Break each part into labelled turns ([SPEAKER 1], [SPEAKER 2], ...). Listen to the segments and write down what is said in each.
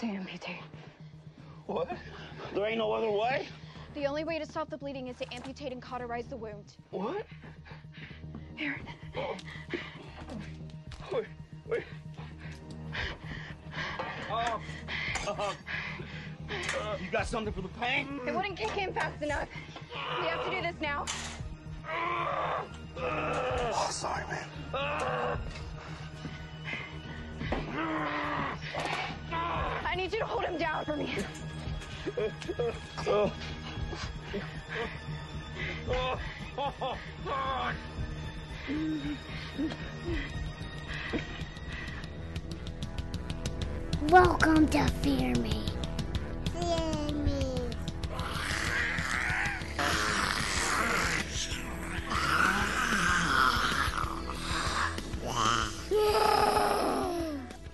[SPEAKER 1] Damn it, Dave.
[SPEAKER 2] What? There ain't no other way?
[SPEAKER 1] The only way to stop the bleeding is to amputate and cauterize the wound.
[SPEAKER 2] What?
[SPEAKER 1] Aaron.
[SPEAKER 2] Wait, wait. Oh. Uh, uh, you got something for the pain?
[SPEAKER 1] It wouldn't kick in fast enough. We have to do this now.
[SPEAKER 2] Oh, sorry, man.
[SPEAKER 1] I need you to hold him down for me.
[SPEAKER 2] Oh. Oh, oh, oh, God.
[SPEAKER 3] Welcome to Fear Me.
[SPEAKER 4] Fear me.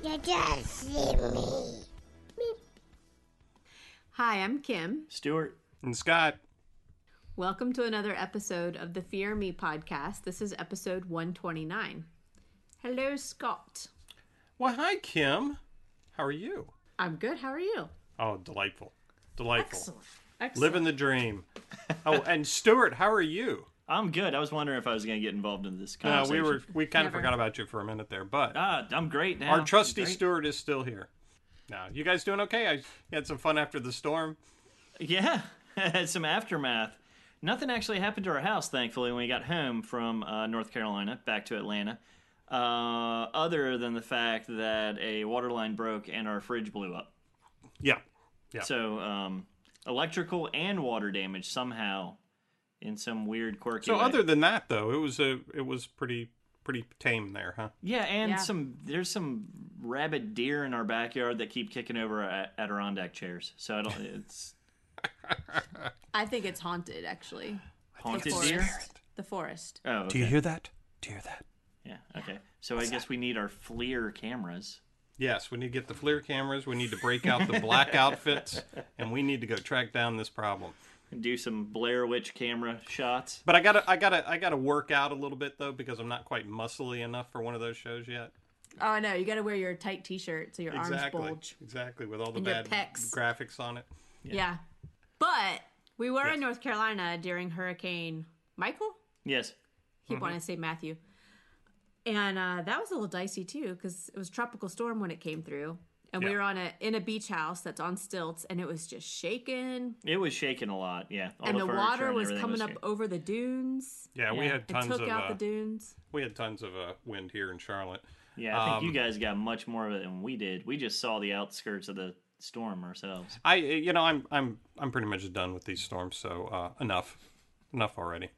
[SPEAKER 4] You just see me.
[SPEAKER 5] Hi, I'm Kim.
[SPEAKER 6] Stuart. And Scott.
[SPEAKER 5] Welcome to another episode of the Fear Me podcast. This is episode 129. Hello, Scott.
[SPEAKER 6] Why, hi, Kim. How are you?
[SPEAKER 5] I'm good. How are you?
[SPEAKER 6] Oh, delightful. Delightful.
[SPEAKER 5] Excellent.
[SPEAKER 6] Living the dream. Oh, and Stuart, how are you?
[SPEAKER 7] I'm good. I was wondering if I was going to get involved in this
[SPEAKER 6] Uh,
[SPEAKER 7] conversation.
[SPEAKER 6] we were we kind
[SPEAKER 5] Oh, Never. Oh,
[SPEAKER 6] of forgot about you for a minute there, but
[SPEAKER 7] Ah, I'm great now.
[SPEAKER 6] our trusty
[SPEAKER 7] Great.
[SPEAKER 6] Stuart is still here. Now, you guys doing okay? I had some fun after the storm.
[SPEAKER 7] Yeah, had some aftermath. Nothing actually happened to our house, thankfully, when we got home from uh, North Carolina back to Atlanta. Uh, other than the fact that a water line broke and our fridge blew up.
[SPEAKER 6] Yeah. Yeah.
[SPEAKER 7] So, um, electrical and water damage somehow in some weird quirky
[SPEAKER 6] So
[SPEAKER 7] way.
[SPEAKER 6] other than that though, it was a it was pretty pretty tame there, huh?
[SPEAKER 7] Yeah, and
[SPEAKER 5] Yeah.
[SPEAKER 7] some there's some rabid deer in our backyard that keep kicking over a- Adirondack chairs. So I don't. It's
[SPEAKER 5] I think it's haunted, actually.
[SPEAKER 7] haunted
[SPEAKER 5] forest.
[SPEAKER 7] deer.
[SPEAKER 5] The forest.
[SPEAKER 7] Oh, okay.
[SPEAKER 6] hear that? Do you hear that?
[SPEAKER 7] yeah. Okay. So I guess we need our FLIR cameras.
[SPEAKER 6] Yes, we need to get the FLIR cameras. We need to break out the black outfits, and we need to go track down this problem.
[SPEAKER 7] and Do some Blair Witch camera shots.
[SPEAKER 6] But I gotta, I gotta, I gotta work out a little bit though because I'm not quite muscly enough for one of those shows yet.
[SPEAKER 5] Oh, no. You got to wear your tight t shirt so your
[SPEAKER 6] exactly,
[SPEAKER 5] arms bulge.
[SPEAKER 6] exactly, with all the
[SPEAKER 5] And your
[SPEAKER 6] bad
[SPEAKER 5] pecs.
[SPEAKER 6] graphics on it.
[SPEAKER 5] Yeah. But we were in North Carolina during Hurricane Michael.
[SPEAKER 7] Yes.
[SPEAKER 5] He
[SPEAKER 6] Mm-hmm.
[SPEAKER 5] wanted to say Matthew. And uh, that was a little dicey too because it was tropical storm when it came through, and we
[SPEAKER 6] Yeah.
[SPEAKER 5] were on a in a beach house that's on stilts, and it was just shaking,
[SPEAKER 7] It was shaking a lot. Yeah. All
[SPEAKER 5] and the,
[SPEAKER 7] furniture
[SPEAKER 5] water
[SPEAKER 7] and
[SPEAKER 5] was
[SPEAKER 7] everything
[SPEAKER 5] coming up
[SPEAKER 7] shaking.
[SPEAKER 5] over the dunes.
[SPEAKER 6] Yeah, we
[SPEAKER 7] Yeah.
[SPEAKER 6] had
[SPEAKER 5] It
[SPEAKER 6] tons
[SPEAKER 5] took
[SPEAKER 6] of
[SPEAKER 5] out
[SPEAKER 6] uh,
[SPEAKER 5] the dunes.
[SPEAKER 6] we had tons of uh, wind here in Charlotte.
[SPEAKER 7] Yeah, I think you
[SPEAKER 6] Um,
[SPEAKER 7] guys got much more of it than we did. We just saw the outskirts of the storm ourselves.
[SPEAKER 6] I, you know, I'm, I'm, I'm pretty much done with these storms. So uh, enough, enough already.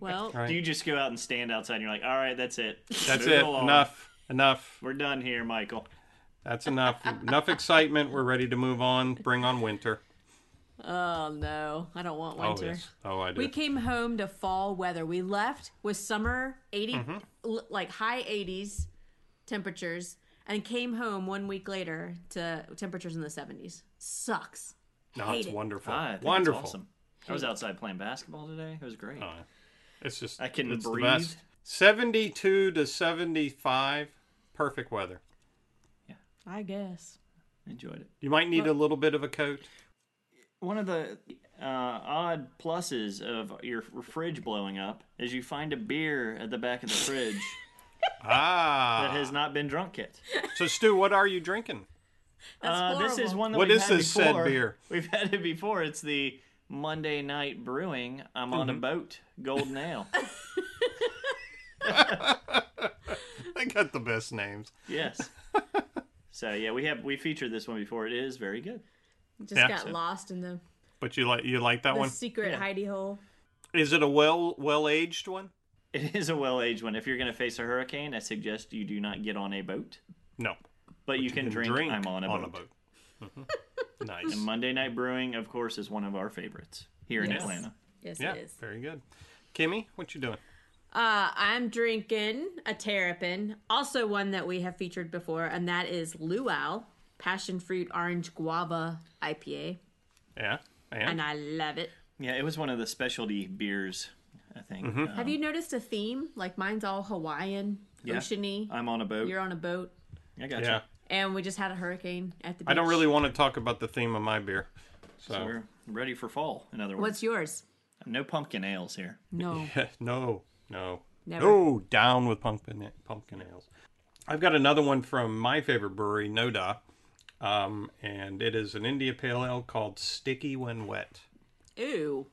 [SPEAKER 5] Well,
[SPEAKER 6] Right.
[SPEAKER 7] Do you just go out and stand outside and you're like, all right, that's it.
[SPEAKER 6] That's
[SPEAKER 7] Move
[SPEAKER 6] it.
[SPEAKER 7] along.
[SPEAKER 6] Enough. Enough.
[SPEAKER 7] We're done here, Michael.
[SPEAKER 6] That's enough. enough excitement. We're ready to move on. Bring on winter.
[SPEAKER 5] oh no, I don't want winter.
[SPEAKER 6] Oh yes. Oh, I do.
[SPEAKER 5] We came home to fall weather. We left with summer 80
[SPEAKER 6] Mm-hmm.
[SPEAKER 5] l- like high 80s temperatures and came home 1 week later to temperatures in the 70s. Sucks.
[SPEAKER 6] No,
[SPEAKER 5] Hate
[SPEAKER 6] it's
[SPEAKER 5] it.
[SPEAKER 6] wonderful.
[SPEAKER 7] Ah, I think it's
[SPEAKER 6] wonderful.
[SPEAKER 7] awesome. I was outside playing basketball today. It was great.
[SPEAKER 6] Oh, It's just
[SPEAKER 7] I can
[SPEAKER 6] it's the
[SPEAKER 7] breathe.
[SPEAKER 6] best. Seventy-two to seventy-five, perfect weather.
[SPEAKER 5] I guess.
[SPEAKER 7] Enjoyed it.
[SPEAKER 6] You might need a little bit of a coat.
[SPEAKER 7] One of the uh, odd pluses of your f- fridge blowing up is you find a beer at the back of the fridge that
[SPEAKER 6] Ah.
[SPEAKER 7] has not been drunk yet.
[SPEAKER 6] so Stu, what are you drinking?
[SPEAKER 5] That's
[SPEAKER 7] Uh, this is
[SPEAKER 5] horrible.
[SPEAKER 7] one that
[SPEAKER 6] What
[SPEAKER 7] we've
[SPEAKER 6] is
[SPEAKER 7] had
[SPEAKER 6] this said
[SPEAKER 7] before.
[SPEAKER 6] beer?
[SPEAKER 7] We've had it before. It's the Monday Night Brewing. I'm on a boat, Golden Ale.
[SPEAKER 6] They got the best names.
[SPEAKER 7] yes. So yeah, we have we featured this one before. It is very good.
[SPEAKER 5] just
[SPEAKER 6] Yeah.
[SPEAKER 5] got lost in the,
[SPEAKER 6] But you like you like that
[SPEAKER 5] the
[SPEAKER 6] one?
[SPEAKER 5] secret hidey hole.
[SPEAKER 6] Is it a well well aged one?
[SPEAKER 7] It is a well aged one. If you're going to face a hurricane, I suggest you do not get on a boat,
[SPEAKER 6] No.
[SPEAKER 7] but you, can, drink, I'm on a boat.
[SPEAKER 6] Mhm. nice.
[SPEAKER 7] Monday Night Brewing, of course, is one of our favorites here in
[SPEAKER 5] Yes.
[SPEAKER 7] Atlanta.
[SPEAKER 5] Yes
[SPEAKER 6] Yeah.
[SPEAKER 5] it is.
[SPEAKER 6] Very good. Kimmy, what you doing?
[SPEAKER 5] Uh, I'm drinking a terrapin, also one that we have featured before, and that is Luau Passion Fruit Orange Guava IPA,
[SPEAKER 6] Yeah.
[SPEAKER 5] and
[SPEAKER 6] And
[SPEAKER 5] I love it.
[SPEAKER 7] Yeah, it was one of the specialty beers, I think.
[SPEAKER 6] Mm-hmm.
[SPEAKER 7] Uh,
[SPEAKER 5] Have you noticed a theme? Like mine's all Hawaiian,
[SPEAKER 7] Yeah.
[SPEAKER 5] oceany.
[SPEAKER 7] I'm on a boat.
[SPEAKER 5] You're on a boat.
[SPEAKER 7] I got
[SPEAKER 6] yeah.
[SPEAKER 7] you.
[SPEAKER 5] and we just had a hurricane at the beach.
[SPEAKER 6] I don't really want to talk about the theme of my beer. So,
[SPEAKER 7] So we're ready for fall. In other words,
[SPEAKER 5] What's yours?
[SPEAKER 7] no pumpkin ales here.
[SPEAKER 5] No.
[SPEAKER 6] no, no,
[SPEAKER 5] Never.
[SPEAKER 6] no, down with pumpkin pumpkin ales. I've got another one from my favorite brewery, Noda, um, and it is an India Pale Ale called Sticky When Wet.
[SPEAKER 5] Ooh.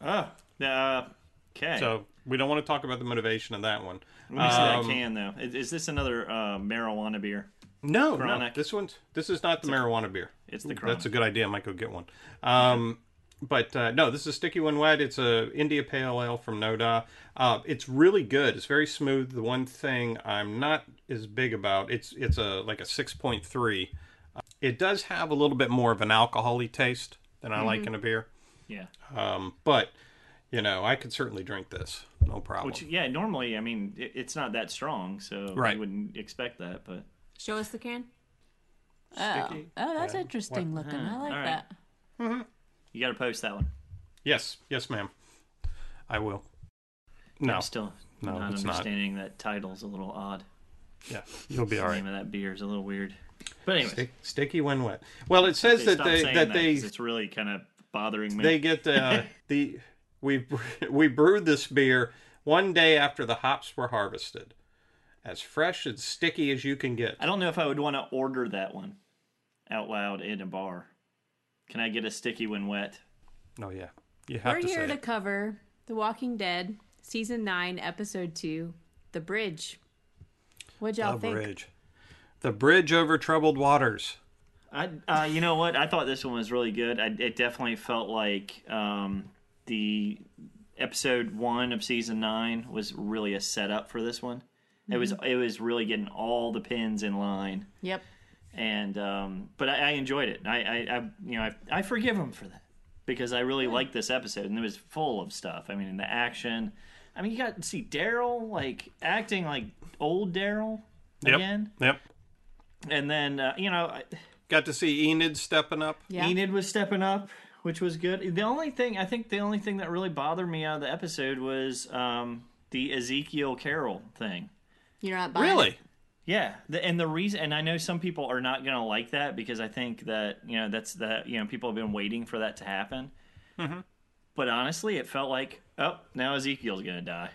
[SPEAKER 7] Oh,
[SPEAKER 5] Mm.
[SPEAKER 7] uh, okay.
[SPEAKER 6] So we don't want to talk about the motivation of that one.
[SPEAKER 7] Let me see that
[SPEAKER 6] Um,
[SPEAKER 7] can though. Is, is this another uh, marijuana beer?
[SPEAKER 6] No, no,
[SPEAKER 7] Chronic.
[SPEAKER 6] this one's this is not the marijuana beer.
[SPEAKER 7] It's the
[SPEAKER 6] That's a
[SPEAKER 7] Chronic.
[SPEAKER 6] good idea. I might go get one. Um, but uh, no, this is sticky one wet. It's a India Pale Ale from Noda. Uh, it's really good. It's very smooth. The one thing I'm not as big about it's it's a like a six point three. Uh, It does have a little bit more of an alcoholy taste than I like in a beer.
[SPEAKER 7] Yeah.
[SPEAKER 6] Um, but you know, I could certainly drink this, no problem.
[SPEAKER 7] Which yeah, normally I mean it, it's not that strong, so
[SPEAKER 6] Right.
[SPEAKER 7] you wouldn't expect that. But
[SPEAKER 5] Show us the can.
[SPEAKER 6] Sticky.
[SPEAKER 5] Oh, that's interesting looking. I like
[SPEAKER 7] Uh-huh. all right.
[SPEAKER 5] that.
[SPEAKER 7] you got to post that one.
[SPEAKER 6] Yes, yes, ma'am. I will. No,
[SPEAKER 7] I'm still
[SPEAKER 6] No,
[SPEAKER 7] not
[SPEAKER 6] it's not.
[SPEAKER 7] understanding that title's a little odd.
[SPEAKER 6] yeah, you'll be all right.
[SPEAKER 7] The name of that beer is a little weird. But anyway,
[SPEAKER 6] Stick, sticky when wet. Well, it says that they that they
[SPEAKER 7] it's really kind of bothering me.
[SPEAKER 6] they get uh, the we bre- we brewed this beer one day after the hops were harvested, as fresh and sticky as you can get.
[SPEAKER 7] I don't know if I would want to order that one out loud in a bar. Can I get a sticky when wet?
[SPEAKER 6] Oh yeah, you have
[SPEAKER 5] We're
[SPEAKER 6] to say
[SPEAKER 5] here to
[SPEAKER 6] it.
[SPEAKER 5] cover The Walking Dead, Season 9, Episode 2, The Bridge. What'd y'all
[SPEAKER 6] the
[SPEAKER 5] think?
[SPEAKER 6] bridge, the bridge over troubled waters.
[SPEAKER 7] I, uh, you know what? I thought this one was really good. I, it definitely felt like um, the episode one of season nine was really a setup for this one. It was it was really getting all the pins in line,
[SPEAKER 5] Yep.
[SPEAKER 7] and um, but I, I enjoyed it. I, I, I you know I, I forgive him for that because I really liked this episode and it was full of stuff. I mean, in the action, I mean you got to see Daryl like acting like old Daryl again,
[SPEAKER 6] Yep.
[SPEAKER 7] and then uh, you know. I,
[SPEAKER 6] Got to see Enid stepping up.
[SPEAKER 5] Yeah.
[SPEAKER 7] Enid was stepping up, which was good. The only thing I think the only thing that really bothered me out of the episode was um, the Ezekiel Carroll thing.
[SPEAKER 5] You're not buying
[SPEAKER 6] Really?
[SPEAKER 7] Yeah, the, and the reason, and I know some people are not going to like that because I think that you know that's that you know people have been waiting for that to happen.
[SPEAKER 6] Mm-hmm.
[SPEAKER 7] But honestly, it felt like oh now Ezekiel's going to die.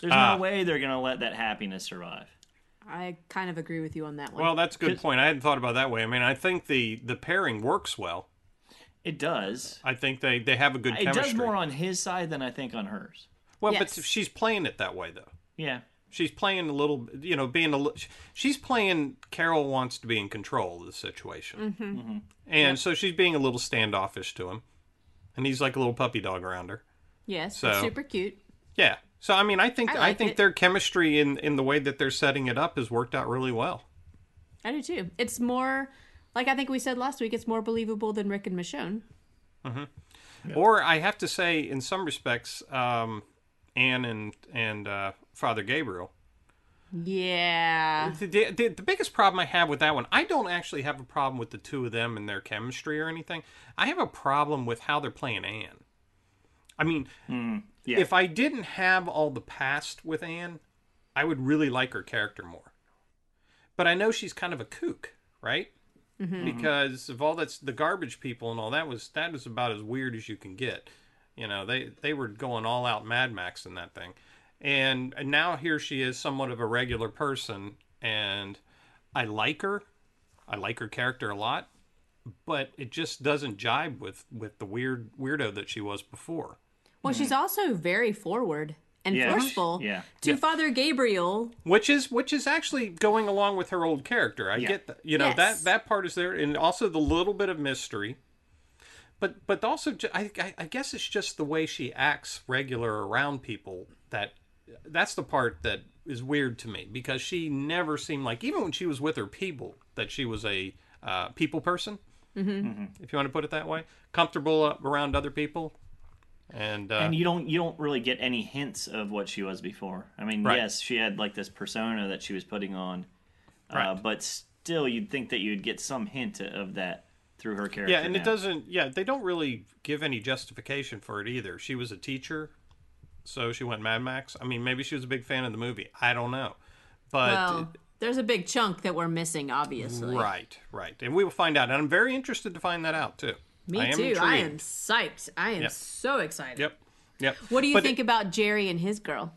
[SPEAKER 7] There's
[SPEAKER 6] Ah.
[SPEAKER 7] no way they're going to let that happiness survive.
[SPEAKER 5] I kind of agree with you on that one.
[SPEAKER 6] Well, that's a good point. I hadn't thought about it that way. I mean, I think the the pairing works well.
[SPEAKER 7] It does.
[SPEAKER 6] I think they they have a good
[SPEAKER 7] It
[SPEAKER 6] chemistry.
[SPEAKER 7] does more on his side than I think on hers.
[SPEAKER 6] well, but
[SPEAKER 5] Yes.
[SPEAKER 6] she's playing it that way though.
[SPEAKER 7] Yeah.
[SPEAKER 6] She's playing a little, you know, being a little. She's playing. Carol wants to be in control of the situation, mm-hmm. and so she's being a little standoffish to him, and he's like a little puppy dog around her.
[SPEAKER 5] yes,
[SPEAKER 6] so-
[SPEAKER 5] it's super cute.
[SPEAKER 6] Yeah. So I mean, I think
[SPEAKER 5] I
[SPEAKER 6] I,
[SPEAKER 5] like
[SPEAKER 6] think
[SPEAKER 5] it.
[SPEAKER 6] their chemistry in in the way that they're setting it up has worked out really well.
[SPEAKER 5] I do too. It's more, like I think we said last week, it's more believable than Rick and Michonne.
[SPEAKER 6] Or I have to say, in some respects, um, Anne and and uh, Father Gabriel.
[SPEAKER 5] Yeah.
[SPEAKER 6] The, the, the biggest problem I have with that one, I don't actually have a problem with the two of them and their chemistry or anything. I have a problem with how they're playing Anne. I mean,
[SPEAKER 7] yeah.
[SPEAKER 6] if I didn't have all the past with Anne, I would really like her character more. But I know she's kind of a kook, right? Because of all that's the garbage people and all that was that was about as weird as you can get. You know, they they were going all out Mad Max in that thing, and, and now here she is, somewhat of a regular person, and I like her. I like her character a lot, but it just doesn't jibe with with the weird weirdo that she was before.
[SPEAKER 5] Well, she's also very forward and
[SPEAKER 7] Yeah.
[SPEAKER 5] forceful
[SPEAKER 7] Yeah.
[SPEAKER 5] to Father Gabriel.
[SPEAKER 6] which is which is actually going along with her old character. I get that. You know
[SPEAKER 5] Yes.
[SPEAKER 6] that that part is there, and also the little bit of mystery. But but also, ju- I, I I guess it's just the way she acts regular around people that that's the part that is weird to me because she never seemed like even when she was with her people that she was a uh, people person, mm-hmm. if you want to put it that way, comfortable uh, around other people, and, uh,
[SPEAKER 7] and you don't you don't really get any hints of what she was before. I mean,
[SPEAKER 6] Right.
[SPEAKER 7] yes, she had like this persona that she was putting on, uh,
[SPEAKER 6] Right.
[SPEAKER 7] but still, you'd think that you'd get some hint of that through her character.
[SPEAKER 6] Yeah, and
[SPEAKER 7] now.
[SPEAKER 6] it doesn't. Yeah, they don't really give any justification for it either. She was a teacher, so she went Mad Max. I mean, maybe she was a big fan of the movie. I don't know, but
[SPEAKER 5] Well, There's a big chunk that we're missing, obviously.
[SPEAKER 6] Right, right. And we will find out. And I'm very interested to find that out too.
[SPEAKER 5] Me
[SPEAKER 6] I am
[SPEAKER 5] too. I am
[SPEAKER 6] intrigued.
[SPEAKER 5] psyched. I am
[SPEAKER 6] Yep.
[SPEAKER 5] so excited.
[SPEAKER 6] Yep. Yep.
[SPEAKER 5] What do you
[SPEAKER 6] But
[SPEAKER 5] think about Jerry and his girl?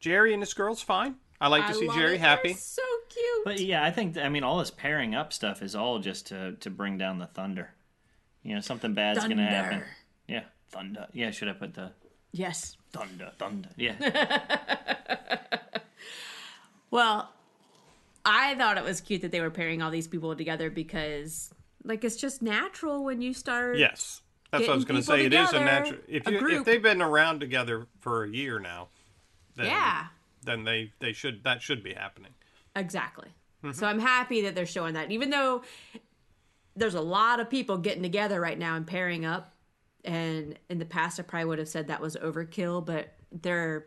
[SPEAKER 6] Jerry and his girl's fine. I like to
[SPEAKER 5] I
[SPEAKER 6] see
[SPEAKER 5] love
[SPEAKER 6] Jerry
[SPEAKER 5] it.
[SPEAKER 6] happy.
[SPEAKER 5] They're so cute.
[SPEAKER 7] But yeah, I think I mean all this pairing up stuff is all just to to bring down the thunder. You know, something bad's gonna happen.
[SPEAKER 5] Thunder.
[SPEAKER 7] Yeah, thunder. Yeah, should I put the
[SPEAKER 5] yes.
[SPEAKER 7] thunder, thunder? Yeah,
[SPEAKER 5] Well, I thought it was cute that they were pairing all these people together because, like, it's just natural when you start.
[SPEAKER 6] Yes. That's what I was
[SPEAKER 5] Getting
[SPEAKER 6] going to say.
[SPEAKER 5] people
[SPEAKER 6] it is a
[SPEAKER 5] together,
[SPEAKER 6] natural. If,
[SPEAKER 5] a
[SPEAKER 6] you, if
[SPEAKER 5] group.
[SPEAKER 6] they've been around together for a year now, then,
[SPEAKER 5] Yeah.
[SPEAKER 6] then they, they should that should be happening.
[SPEAKER 5] Exactly.
[SPEAKER 6] Mm-hmm.
[SPEAKER 5] So I'm happy that they're showing that, even though there's a lot of people getting together right now and pairing up. And in the past, I probably would have said that was overkill, but they're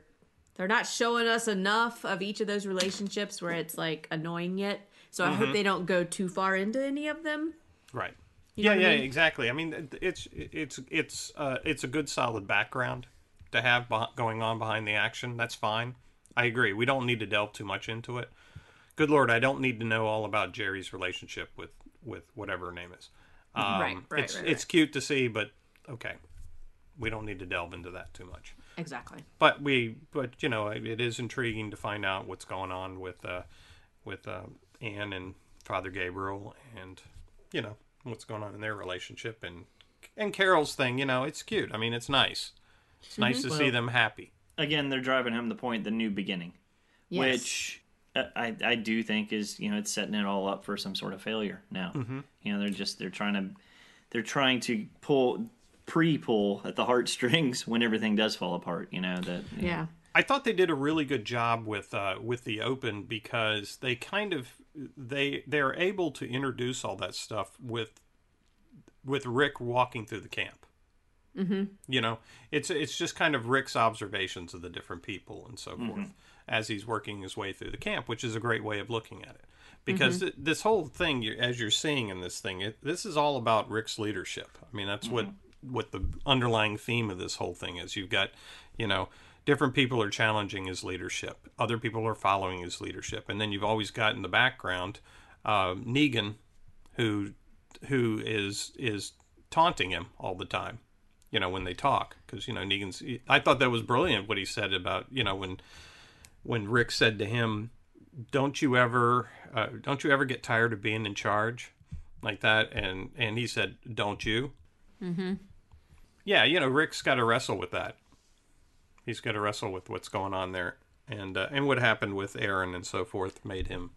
[SPEAKER 5] they're not showing us enough of each of those relationships where it's like annoying yet. So I
[SPEAKER 6] Mm-hmm.
[SPEAKER 5] hope they don't go too far into any of them.
[SPEAKER 6] Right.
[SPEAKER 5] know
[SPEAKER 6] yeah,
[SPEAKER 5] what
[SPEAKER 6] yeah,
[SPEAKER 5] I mean?
[SPEAKER 6] exactly. I mean, it- it's it's it's uh, it's a good solid background to have beh- going on behind the action. That's fine. I agree. We don't need to delve too much into it. Good lord, I don't need to know all about Jerry's relationship with with whatever her name is. Um,
[SPEAKER 5] Right, right,
[SPEAKER 6] It's
[SPEAKER 5] right,
[SPEAKER 6] it's cute to see, but okay, we don't need to delve into that too much.
[SPEAKER 5] Exactly.
[SPEAKER 6] But we, but you know, it it is intriguing to find out what's going on with uh, with uh, Anne and Father Gabriel, and you know what's going on in their relationship, and and Carol's thing. You know, it's cute. I mean, it's nice. It's nice to see them happy.
[SPEAKER 7] again, they're driving home the point: the new beginning,
[SPEAKER 5] Yes.
[SPEAKER 7] which uh, I I do think is you know it's setting it all up for some sort of failure now.
[SPEAKER 6] Mm-hmm.
[SPEAKER 7] You know, they're just they're trying to they're trying to pull pre-pull at the heartstrings when everything does fall apart. You know that
[SPEAKER 5] yeah.
[SPEAKER 6] I thought they did a really good job with uh, with the open because they kind of they they're able to introduce all that stuff with with Rick walking through the camp. Mm-hmm. You know, it's it's just kind of Rick's observations of the different people and so forth as he's working his way through the camp, which is a great way of looking at it because th- this whole thing, you as you're seeing in this thing, it, this is all about Rick's leadership. I mean, that's what what the underlying theme of this whole thing is. You've got, you know. Different people are challenging his leadership. Other people are following his leadership, and then you've always got in the background uh, Negan, who who is is taunting him all the time you know when they talk because you know negan's i thought that was brilliant what he said about you know when when rick said to him don't you ever uh, don't you ever get tired of being in charge like that and and he said don't you mm-hmm. yeah you know rick's got to wrestle with that he's got to wrestle with what's going on there and uh, and what happened with aaron and so forth made him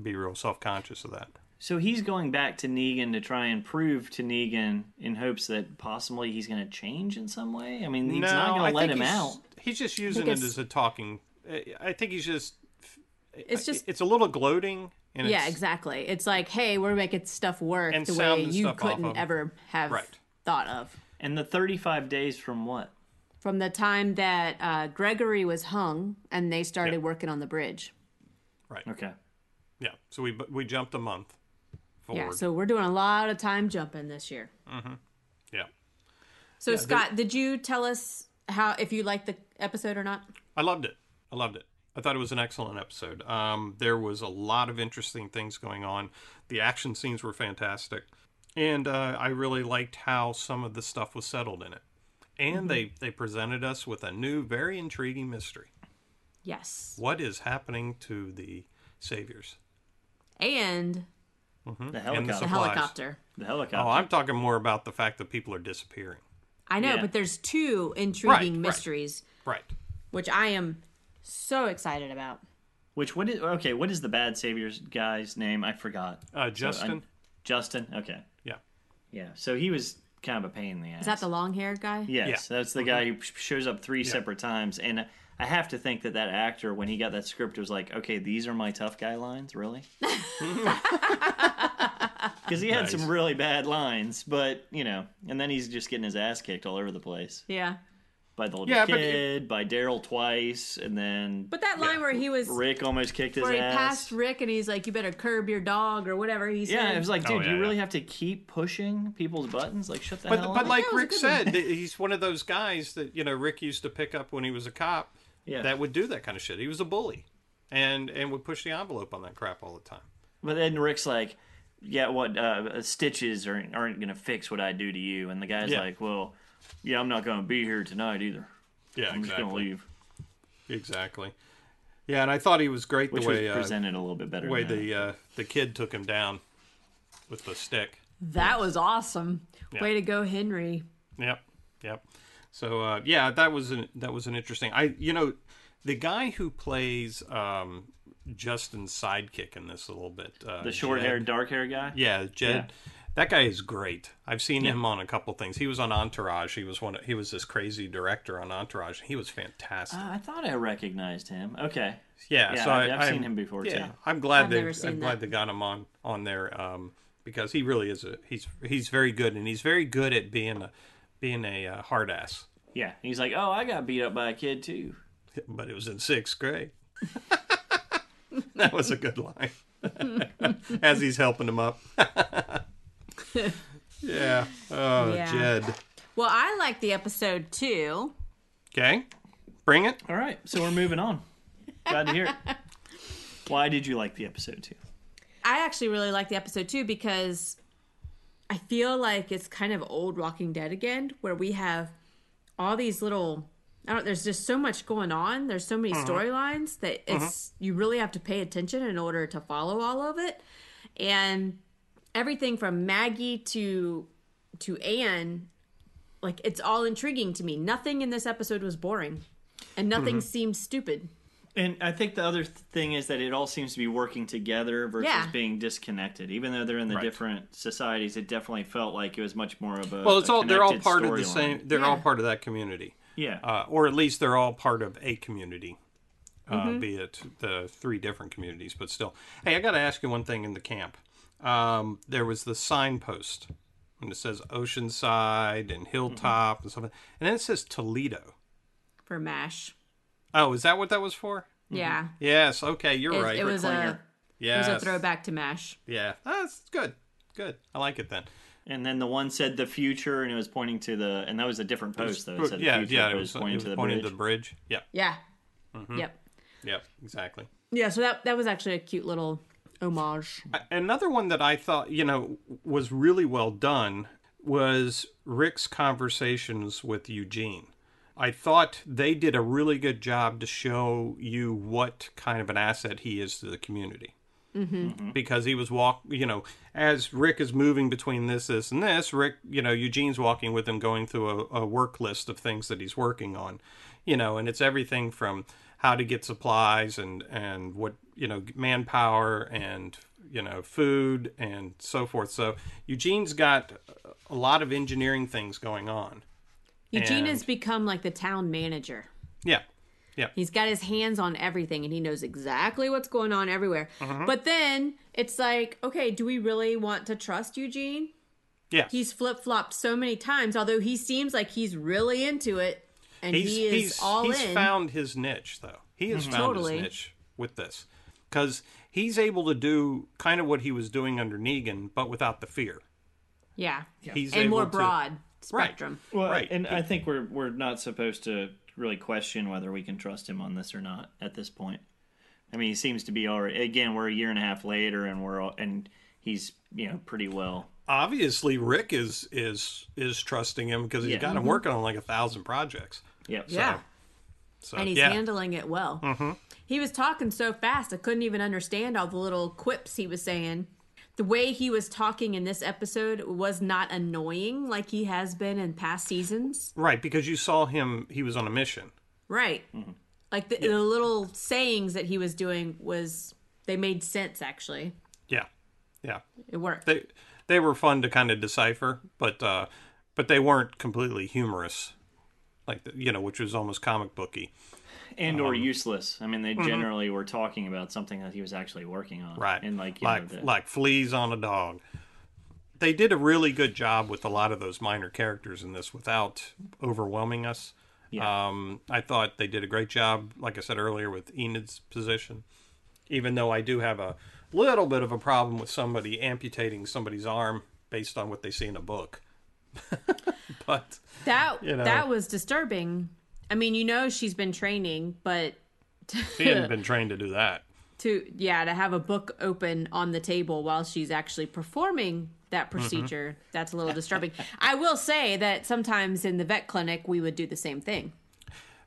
[SPEAKER 6] be real self-conscious of that
[SPEAKER 7] So he's going back to Negan to try and prove to Negan in hopes that possibly he's going to change in some way. I mean, he's not
[SPEAKER 6] No,
[SPEAKER 7] going
[SPEAKER 6] I
[SPEAKER 7] to let
[SPEAKER 6] think
[SPEAKER 7] him
[SPEAKER 6] he's-
[SPEAKER 7] out.
[SPEAKER 6] He's just using it
[SPEAKER 5] it's-
[SPEAKER 6] as a talking. I- I think he's just.
[SPEAKER 5] It's just.
[SPEAKER 6] It's a little gloating. And
[SPEAKER 5] yeah,
[SPEAKER 6] it's,
[SPEAKER 5] exactly. It's like, hey, we're making stuff work
[SPEAKER 6] And
[SPEAKER 5] the way
[SPEAKER 6] sound the
[SPEAKER 5] you
[SPEAKER 6] stuff off
[SPEAKER 5] couldn't
[SPEAKER 6] of it.
[SPEAKER 5] ever have
[SPEAKER 6] Right.
[SPEAKER 5] thought of.
[SPEAKER 7] And the 35 days from what?
[SPEAKER 5] from the time that uh, Gregory was hung and they started working on the bridge.
[SPEAKER 6] Right.
[SPEAKER 7] Okay.
[SPEAKER 6] Yeah. So we we jumped a month forward.
[SPEAKER 5] Yeah, so we're doing a lot of time jumping this year.
[SPEAKER 6] yeah.
[SPEAKER 5] So Scott, did you tell us how if you liked the episode or not?
[SPEAKER 6] I loved it. I loved it. I thought it was an excellent episode. Um, there was a lot of interesting things going on. The action scenes were fantastic, and uh, I really liked how some of the stuff was settled in it. And
[SPEAKER 5] Mm-hmm.
[SPEAKER 6] they they presented us with a new, very intriguing mystery.
[SPEAKER 5] Yes.
[SPEAKER 6] What is happening to the saviors?
[SPEAKER 5] And
[SPEAKER 7] The
[SPEAKER 6] Mm-hmm. And the
[SPEAKER 7] helicopter.
[SPEAKER 5] the
[SPEAKER 6] Supplies.
[SPEAKER 5] helicopter.
[SPEAKER 7] The
[SPEAKER 6] Oh,
[SPEAKER 7] helicopter.
[SPEAKER 6] I'm talking more about the fact that people are disappearing.
[SPEAKER 5] I know,
[SPEAKER 7] Yeah.
[SPEAKER 5] but there's two intriguing
[SPEAKER 6] right.
[SPEAKER 5] mysteries
[SPEAKER 6] Right.
[SPEAKER 5] which I am so excited about.
[SPEAKER 7] Which, what is, okay, what is the bad savior's guy's name? I forgot.
[SPEAKER 6] Uh, Justin.
[SPEAKER 7] I'm- Justin? Okay.
[SPEAKER 6] yeah.
[SPEAKER 7] Yeah. So he was kind of a pain in the ass.
[SPEAKER 5] Is that the long-haired guy?
[SPEAKER 7] Yes, that's the guy who sh- shows up three separate times, and I have to think that that actor, when he got that script, was like, "Okay, these are my tough guy lines, really," because he had some
[SPEAKER 6] Nice.
[SPEAKER 7] really bad lines, but you know, and then he's just getting his ass kicked all over the place
[SPEAKER 5] Yeah.
[SPEAKER 7] by the little
[SPEAKER 6] Yeah, but-
[SPEAKER 7] kid, by Daryl twice, and then
[SPEAKER 5] But that line where he was
[SPEAKER 7] Rick almost kicked his
[SPEAKER 5] where he
[SPEAKER 7] ass.
[SPEAKER 5] passed Rick and he's like, You better curb your dog or whatever he said.
[SPEAKER 7] yeah, it was like, dude,
[SPEAKER 6] Oh, yeah,
[SPEAKER 7] you really
[SPEAKER 6] yeah.
[SPEAKER 7] have to keep pushing people's buttons. Like, shut the
[SPEAKER 6] But
[SPEAKER 7] hell
[SPEAKER 6] but
[SPEAKER 7] up.
[SPEAKER 6] like
[SPEAKER 5] That was a
[SPEAKER 6] Rick
[SPEAKER 5] good one.
[SPEAKER 6] said, th- he's one of those guys that you know Rick used to pick up when he was a cop.
[SPEAKER 7] Yeah.
[SPEAKER 6] That would do that kind of shit. He was a bully. and and would push the envelope on that crap all the time.
[SPEAKER 7] But then Rick's like, "Yeah, what uh, stitches aren't, aren't going to fix what I do to you." And the guy's
[SPEAKER 6] Yeah.
[SPEAKER 7] like, "Well, yeah, I'm not going to be here tonight either.
[SPEAKER 6] Yeah,
[SPEAKER 7] I'm just going to leave."
[SPEAKER 6] Exactly. Yeah, and I thought he was great
[SPEAKER 7] Which
[SPEAKER 6] the way uh,
[SPEAKER 7] was presented a little bit better.
[SPEAKER 6] the way
[SPEAKER 7] than that.
[SPEAKER 6] the uh, the kid took him down with the stick.
[SPEAKER 5] That was awesome.
[SPEAKER 6] Yeah.
[SPEAKER 5] Way to go, Henry.
[SPEAKER 6] Yep, yep. So uh, yeah, that was an that was an interesting. I you know the guy who plays um, Justin's sidekick in this a little bit. Uh,
[SPEAKER 7] the short haired,
[SPEAKER 6] Jed-
[SPEAKER 7] dark haired guy.
[SPEAKER 6] Yeah, Jed.
[SPEAKER 7] Yeah.
[SPEAKER 6] That guy is great. I've seen him on a couple things. He was on Entourage. He was one. He was this crazy director on Entourage. He was fantastic.
[SPEAKER 7] I thought I recognized him. Okay.
[SPEAKER 6] yeah,
[SPEAKER 7] Ah, yeah,
[SPEAKER 6] so
[SPEAKER 7] I've-
[SPEAKER 6] I,
[SPEAKER 7] I've
[SPEAKER 6] I'm-
[SPEAKER 7] seen him before,
[SPEAKER 6] yeah,
[SPEAKER 7] too.
[SPEAKER 6] I'm glad
[SPEAKER 5] I've
[SPEAKER 6] they.
[SPEAKER 5] never
[SPEAKER 6] I'm
[SPEAKER 5] seen
[SPEAKER 6] glad
[SPEAKER 5] that.
[SPEAKER 6] they got him on on there um, because he really is a. He's he's very good and he's very good at being a being a uh, hard ass.
[SPEAKER 7] Yeah. And he's like, "Oh, I got beat up by a kid too."
[SPEAKER 6] but it was in sixth grade. that was a good line. As he's helping him up. yeah. Oh,
[SPEAKER 5] Yeah.
[SPEAKER 6] Jed.
[SPEAKER 5] Well, I like the episode too.
[SPEAKER 6] Okay. Bring it.
[SPEAKER 7] All right, so we're moving on. Glad to hear it. Why did you like the episode too?
[SPEAKER 5] I actually really like the episode too because I feel like it's kind of old Walking Dead again, where we have all these little. I don't. There's just so much going on. There's so many storylines that it's you really have to pay attention in order to follow all of it, and everything from Maggie to to Anne, like it's all intriguing to me. Nothing in this episode was boring, and nothing seemed stupid.
[SPEAKER 7] And I think the other th- thing is that it all seems to be working together versus
[SPEAKER 5] Yeah.
[SPEAKER 7] being disconnected. Even though they're in the different societies, it definitely felt like it was much more of a
[SPEAKER 6] Well, it's
[SPEAKER 7] a
[SPEAKER 6] all they're all
[SPEAKER 7] connected
[SPEAKER 6] part of the
[SPEAKER 7] storyline.
[SPEAKER 6] same. They're all part of that community,
[SPEAKER 7] Yeah,
[SPEAKER 6] uh, or at least they're all part of a community. Uh,
[SPEAKER 5] Mm-hmm.
[SPEAKER 6] Be it the three different communities, but still. Hey, I got to ask you one thing in the camp. Um, there was the signpost, and it says Oceanside and Hilltop and something, and then it says Toledo.
[SPEAKER 5] For Mash,
[SPEAKER 6] Oh, is that what that was for?
[SPEAKER 5] yeah,
[SPEAKER 6] Yes. Okay, you're
[SPEAKER 5] it,
[SPEAKER 6] right.
[SPEAKER 5] it was a it
[SPEAKER 6] yes.
[SPEAKER 5] was a throwback to Mash.
[SPEAKER 6] Yeah, Ah, that's good. Good. I like it then.
[SPEAKER 7] and then the one said the future, and it was pointing to the, and that was a different post though. It said
[SPEAKER 6] yeah,
[SPEAKER 7] the future,
[SPEAKER 6] yeah.
[SPEAKER 7] but
[SPEAKER 6] It was,
[SPEAKER 7] pointing to the
[SPEAKER 6] pointing
[SPEAKER 7] bridge.
[SPEAKER 6] to the bridge. Yep.
[SPEAKER 5] Yeah.
[SPEAKER 6] Mm-hmm.
[SPEAKER 5] Yep.
[SPEAKER 6] Yep. Exactly.
[SPEAKER 5] Yeah, so that that was actually a cute little homage.
[SPEAKER 6] Another one that I thought, you know, was really well done was Rick's conversations with Eugene. I thought they did a really good job to show you what kind of an asset he is to the community. Because he was walk, you know, as Rick is moving between this, this, and this, Rick, you know, Eugene's walking with him, going through a, a work list of things that he's working on, you know, and it's everything from how to get supplies and and what you know, manpower and you know, food and so forth. So Eugene's got a lot of engineering things going on.
[SPEAKER 5] Eugene
[SPEAKER 6] And-
[SPEAKER 5] has become like the town manager.
[SPEAKER 6] Yeah.
[SPEAKER 5] He's got his hands on everything and he knows exactly what's going on everywhere.
[SPEAKER 6] Mm-hmm.
[SPEAKER 5] But then it's like, okay, do we really want to trust Eugene?
[SPEAKER 6] Yeah.
[SPEAKER 5] He's flip flopped so many times, although he seems like he's really into it and he is all
[SPEAKER 6] he's
[SPEAKER 5] in. Mm-hmm.
[SPEAKER 6] found his niche though he has found
[SPEAKER 5] Totally.
[SPEAKER 6] his niche with this because he's able to do kind of what he was doing under negan but without the fear
[SPEAKER 5] yeah.
[SPEAKER 6] he's
[SPEAKER 5] and
[SPEAKER 6] able
[SPEAKER 5] more
[SPEAKER 6] to-
[SPEAKER 5] broad
[SPEAKER 6] Right.
[SPEAKER 5] spectrum.
[SPEAKER 7] Well,
[SPEAKER 6] Right.
[SPEAKER 7] and I think we're we're not supposed to really question whether we can trust him on this or not at this point. I mean, he seems to be already. Again, we're a year and a half later, and we're all, and he's you know pretty well.
[SPEAKER 6] obviously rick is is is trusting him because he's
[SPEAKER 7] Yeah.
[SPEAKER 6] got
[SPEAKER 5] Mm-hmm.
[SPEAKER 6] him working on like a thousand projects
[SPEAKER 7] Yep. So-
[SPEAKER 5] Yeah.
[SPEAKER 6] so
[SPEAKER 5] and he's
[SPEAKER 6] yeah Mm-hmm.
[SPEAKER 5] handling it well. He was talking so fast, I couldn't even understand all the little quips he was saying. The way he was talking in this episode was not annoying like he has been in past seasons.
[SPEAKER 6] right because you saw him he was on a mission
[SPEAKER 5] Right.
[SPEAKER 6] Mm-hmm.
[SPEAKER 5] Like the, the little sayings that he was doing was they made sense actually.
[SPEAKER 6] yeah yeah
[SPEAKER 5] It worked.
[SPEAKER 6] they they were fun to kind of decipher, but uh, but they weren't completely humorous, like the, you know, which was almost comic booky,
[SPEAKER 7] And or useless. I mean, they generally were talking about something that he was actually working on.
[SPEAKER 6] right?
[SPEAKER 7] And like you
[SPEAKER 6] like
[SPEAKER 7] know, the,
[SPEAKER 6] like fleas on a dog. They did a really good job with a lot of those minor characters in this without overwhelming us.
[SPEAKER 7] Yeah.
[SPEAKER 6] Um, I thought they did a great job, like I said earlier, with Enid's position. Even though I do have a little bit of a problem with somebody amputating somebody's arm based on what they see in a book, but
[SPEAKER 5] That
[SPEAKER 6] know.
[SPEAKER 5] that was disturbing. I mean, you know she's been training, but
[SPEAKER 6] She hadn't been trained to do that.
[SPEAKER 5] to yeah to have a book open on the table while she's actually performing that
[SPEAKER 6] Mm-hmm.
[SPEAKER 5] procedure that's a little disturbing i will say that sometimes in the vet clinic we would do the same thing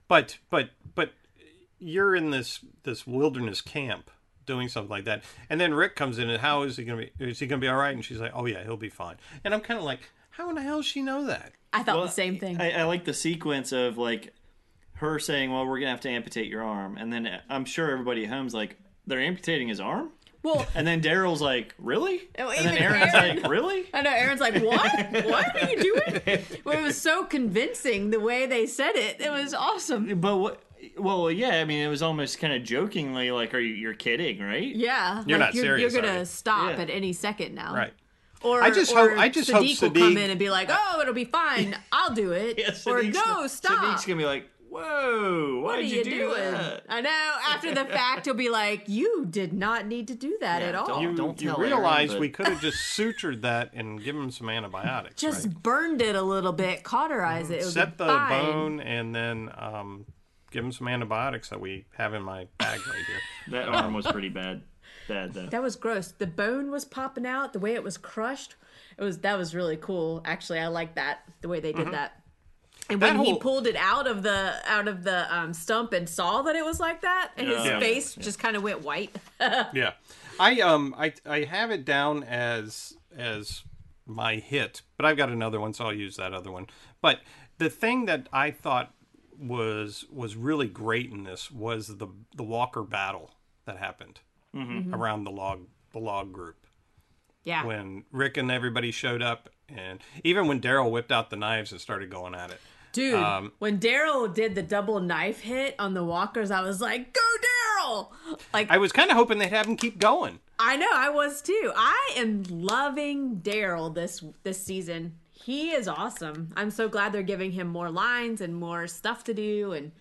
[SPEAKER 6] But but but you're in this this wilderness camp doing something like that, and then Rick comes in and how is he gonna be? Is he gonna be all right? And she's like, oh yeah, he'll be fine. And I'm kind of like, how in the hell does she know that?
[SPEAKER 5] i thought the same thing
[SPEAKER 7] I, I like the sequence of like her saying, "Well, we're gonna have to amputate your arm," and then uh, I'm sure everybody at home's like, "They're amputating his arm,"
[SPEAKER 5] well
[SPEAKER 7] and then Daryl's like, "Really?"
[SPEAKER 5] Oh,
[SPEAKER 7] and then
[SPEAKER 5] even
[SPEAKER 7] Aaron's
[SPEAKER 5] Aaron.
[SPEAKER 7] like, "Really?"
[SPEAKER 5] I know Aaron's like, what? what are you doing? Well, it was so convincing the way they said it. It was awesome.
[SPEAKER 7] But what? Well, yeah. I mean, it was almost kind of jokingly like, "Are you? You're kidding, right?"
[SPEAKER 5] Yeah,
[SPEAKER 6] You're not serious,
[SPEAKER 5] You're
[SPEAKER 6] are
[SPEAKER 5] gonna
[SPEAKER 6] you?
[SPEAKER 5] stop
[SPEAKER 7] Yeah.
[SPEAKER 5] at any second now,
[SPEAKER 6] Right.
[SPEAKER 5] Or
[SPEAKER 6] I just
[SPEAKER 5] or
[SPEAKER 6] hope- I just
[SPEAKER 5] Sadiq
[SPEAKER 6] hope
[SPEAKER 5] will come
[SPEAKER 6] Sadiq-
[SPEAKER 5] in and be like, "Oh, it'll be fine. I'll do it."
[SPEAKER 7] Yeah,
[SPEAKER 5] or
[SPEAKER 7] Sadiq's-
[SPEAKER 5] no, stop.
[SPEAKER 7] Sadiq's gonna be like, "Whoa, why'd
[SPEAKER 5] what are
[SPEAKER 7] you,
[SPEAKER 5] you,
[SPEAKER 7] do
[SPEAKER 5] doing?
[SPEAKER 7] that?"
[SPEAKER 5] I know. After the fact, he'll be like, "You did not need to do that
[SPEAKER 7] Yeah,
[SPEAKER 5] at all.
[SPEAKER 7] don't-
[SPEAKER 6] You, you
[SPEAKER 7] tell
[SPEAKER 6] realize
[SPEAKER 7] Aaron, but-
[SPEAKER 6] we could have just sutured that and given him some antibiotics.
[SPEAKER 5] Just
[SPEAKER 6] right?
[SPEAKER 5] burned it a little bit, cauterize it. it would
[SPEAKER 6] set
[SPEAKER 5] be
[SPEAKER 6] the
[SPEAKER 5] fine.
[SPEAKER 6] bone and then um, give him some antibiotics that we have in my bag right here.
[SPEAKER 7] That arm was pretty bad. Bad though.
[SPEAKER 5] That was gross. The bone was popping out. The way it was crushed, it was that was really cool. Actually, I like that the way they did that. And when
[SPEAKER 6] That
[SPEAKER 5] he
[SPEAKER 6] whole-
[SPEAKER 5] pulled it out of the out of the um, stump and saw that it was like that, and his
[SPEAKER 7] Yeah.
[SPEAKER 5] face just kind of went white.
[SPEAKER 6] yeah, I um I I have it down as as my hit, but I've got another one, so I'll use that other one. But the thing that I thought was was really great in this was the the Walker battle that happened around the log the log group.
[SPEAKER 5] Yeah,
[SPEAKER 6] when Rick and everybody showed up, and even when Daryl whipped out the knives and started going at it.
[SPEAKER 5] dude.
[SPEAKER 6] um,
[SPEAKER 5] when Daryl did the double knife hit on the walkers, I was like, "Go, Daryl!" Like
[SPEAKER 6] I was kind of hoping they'd have him keep going.
[SPEAKER 5] I know I was too. I am loving Daryl this this season. He is awesome. I'm so glad they're giving him more lines and more stuff to do and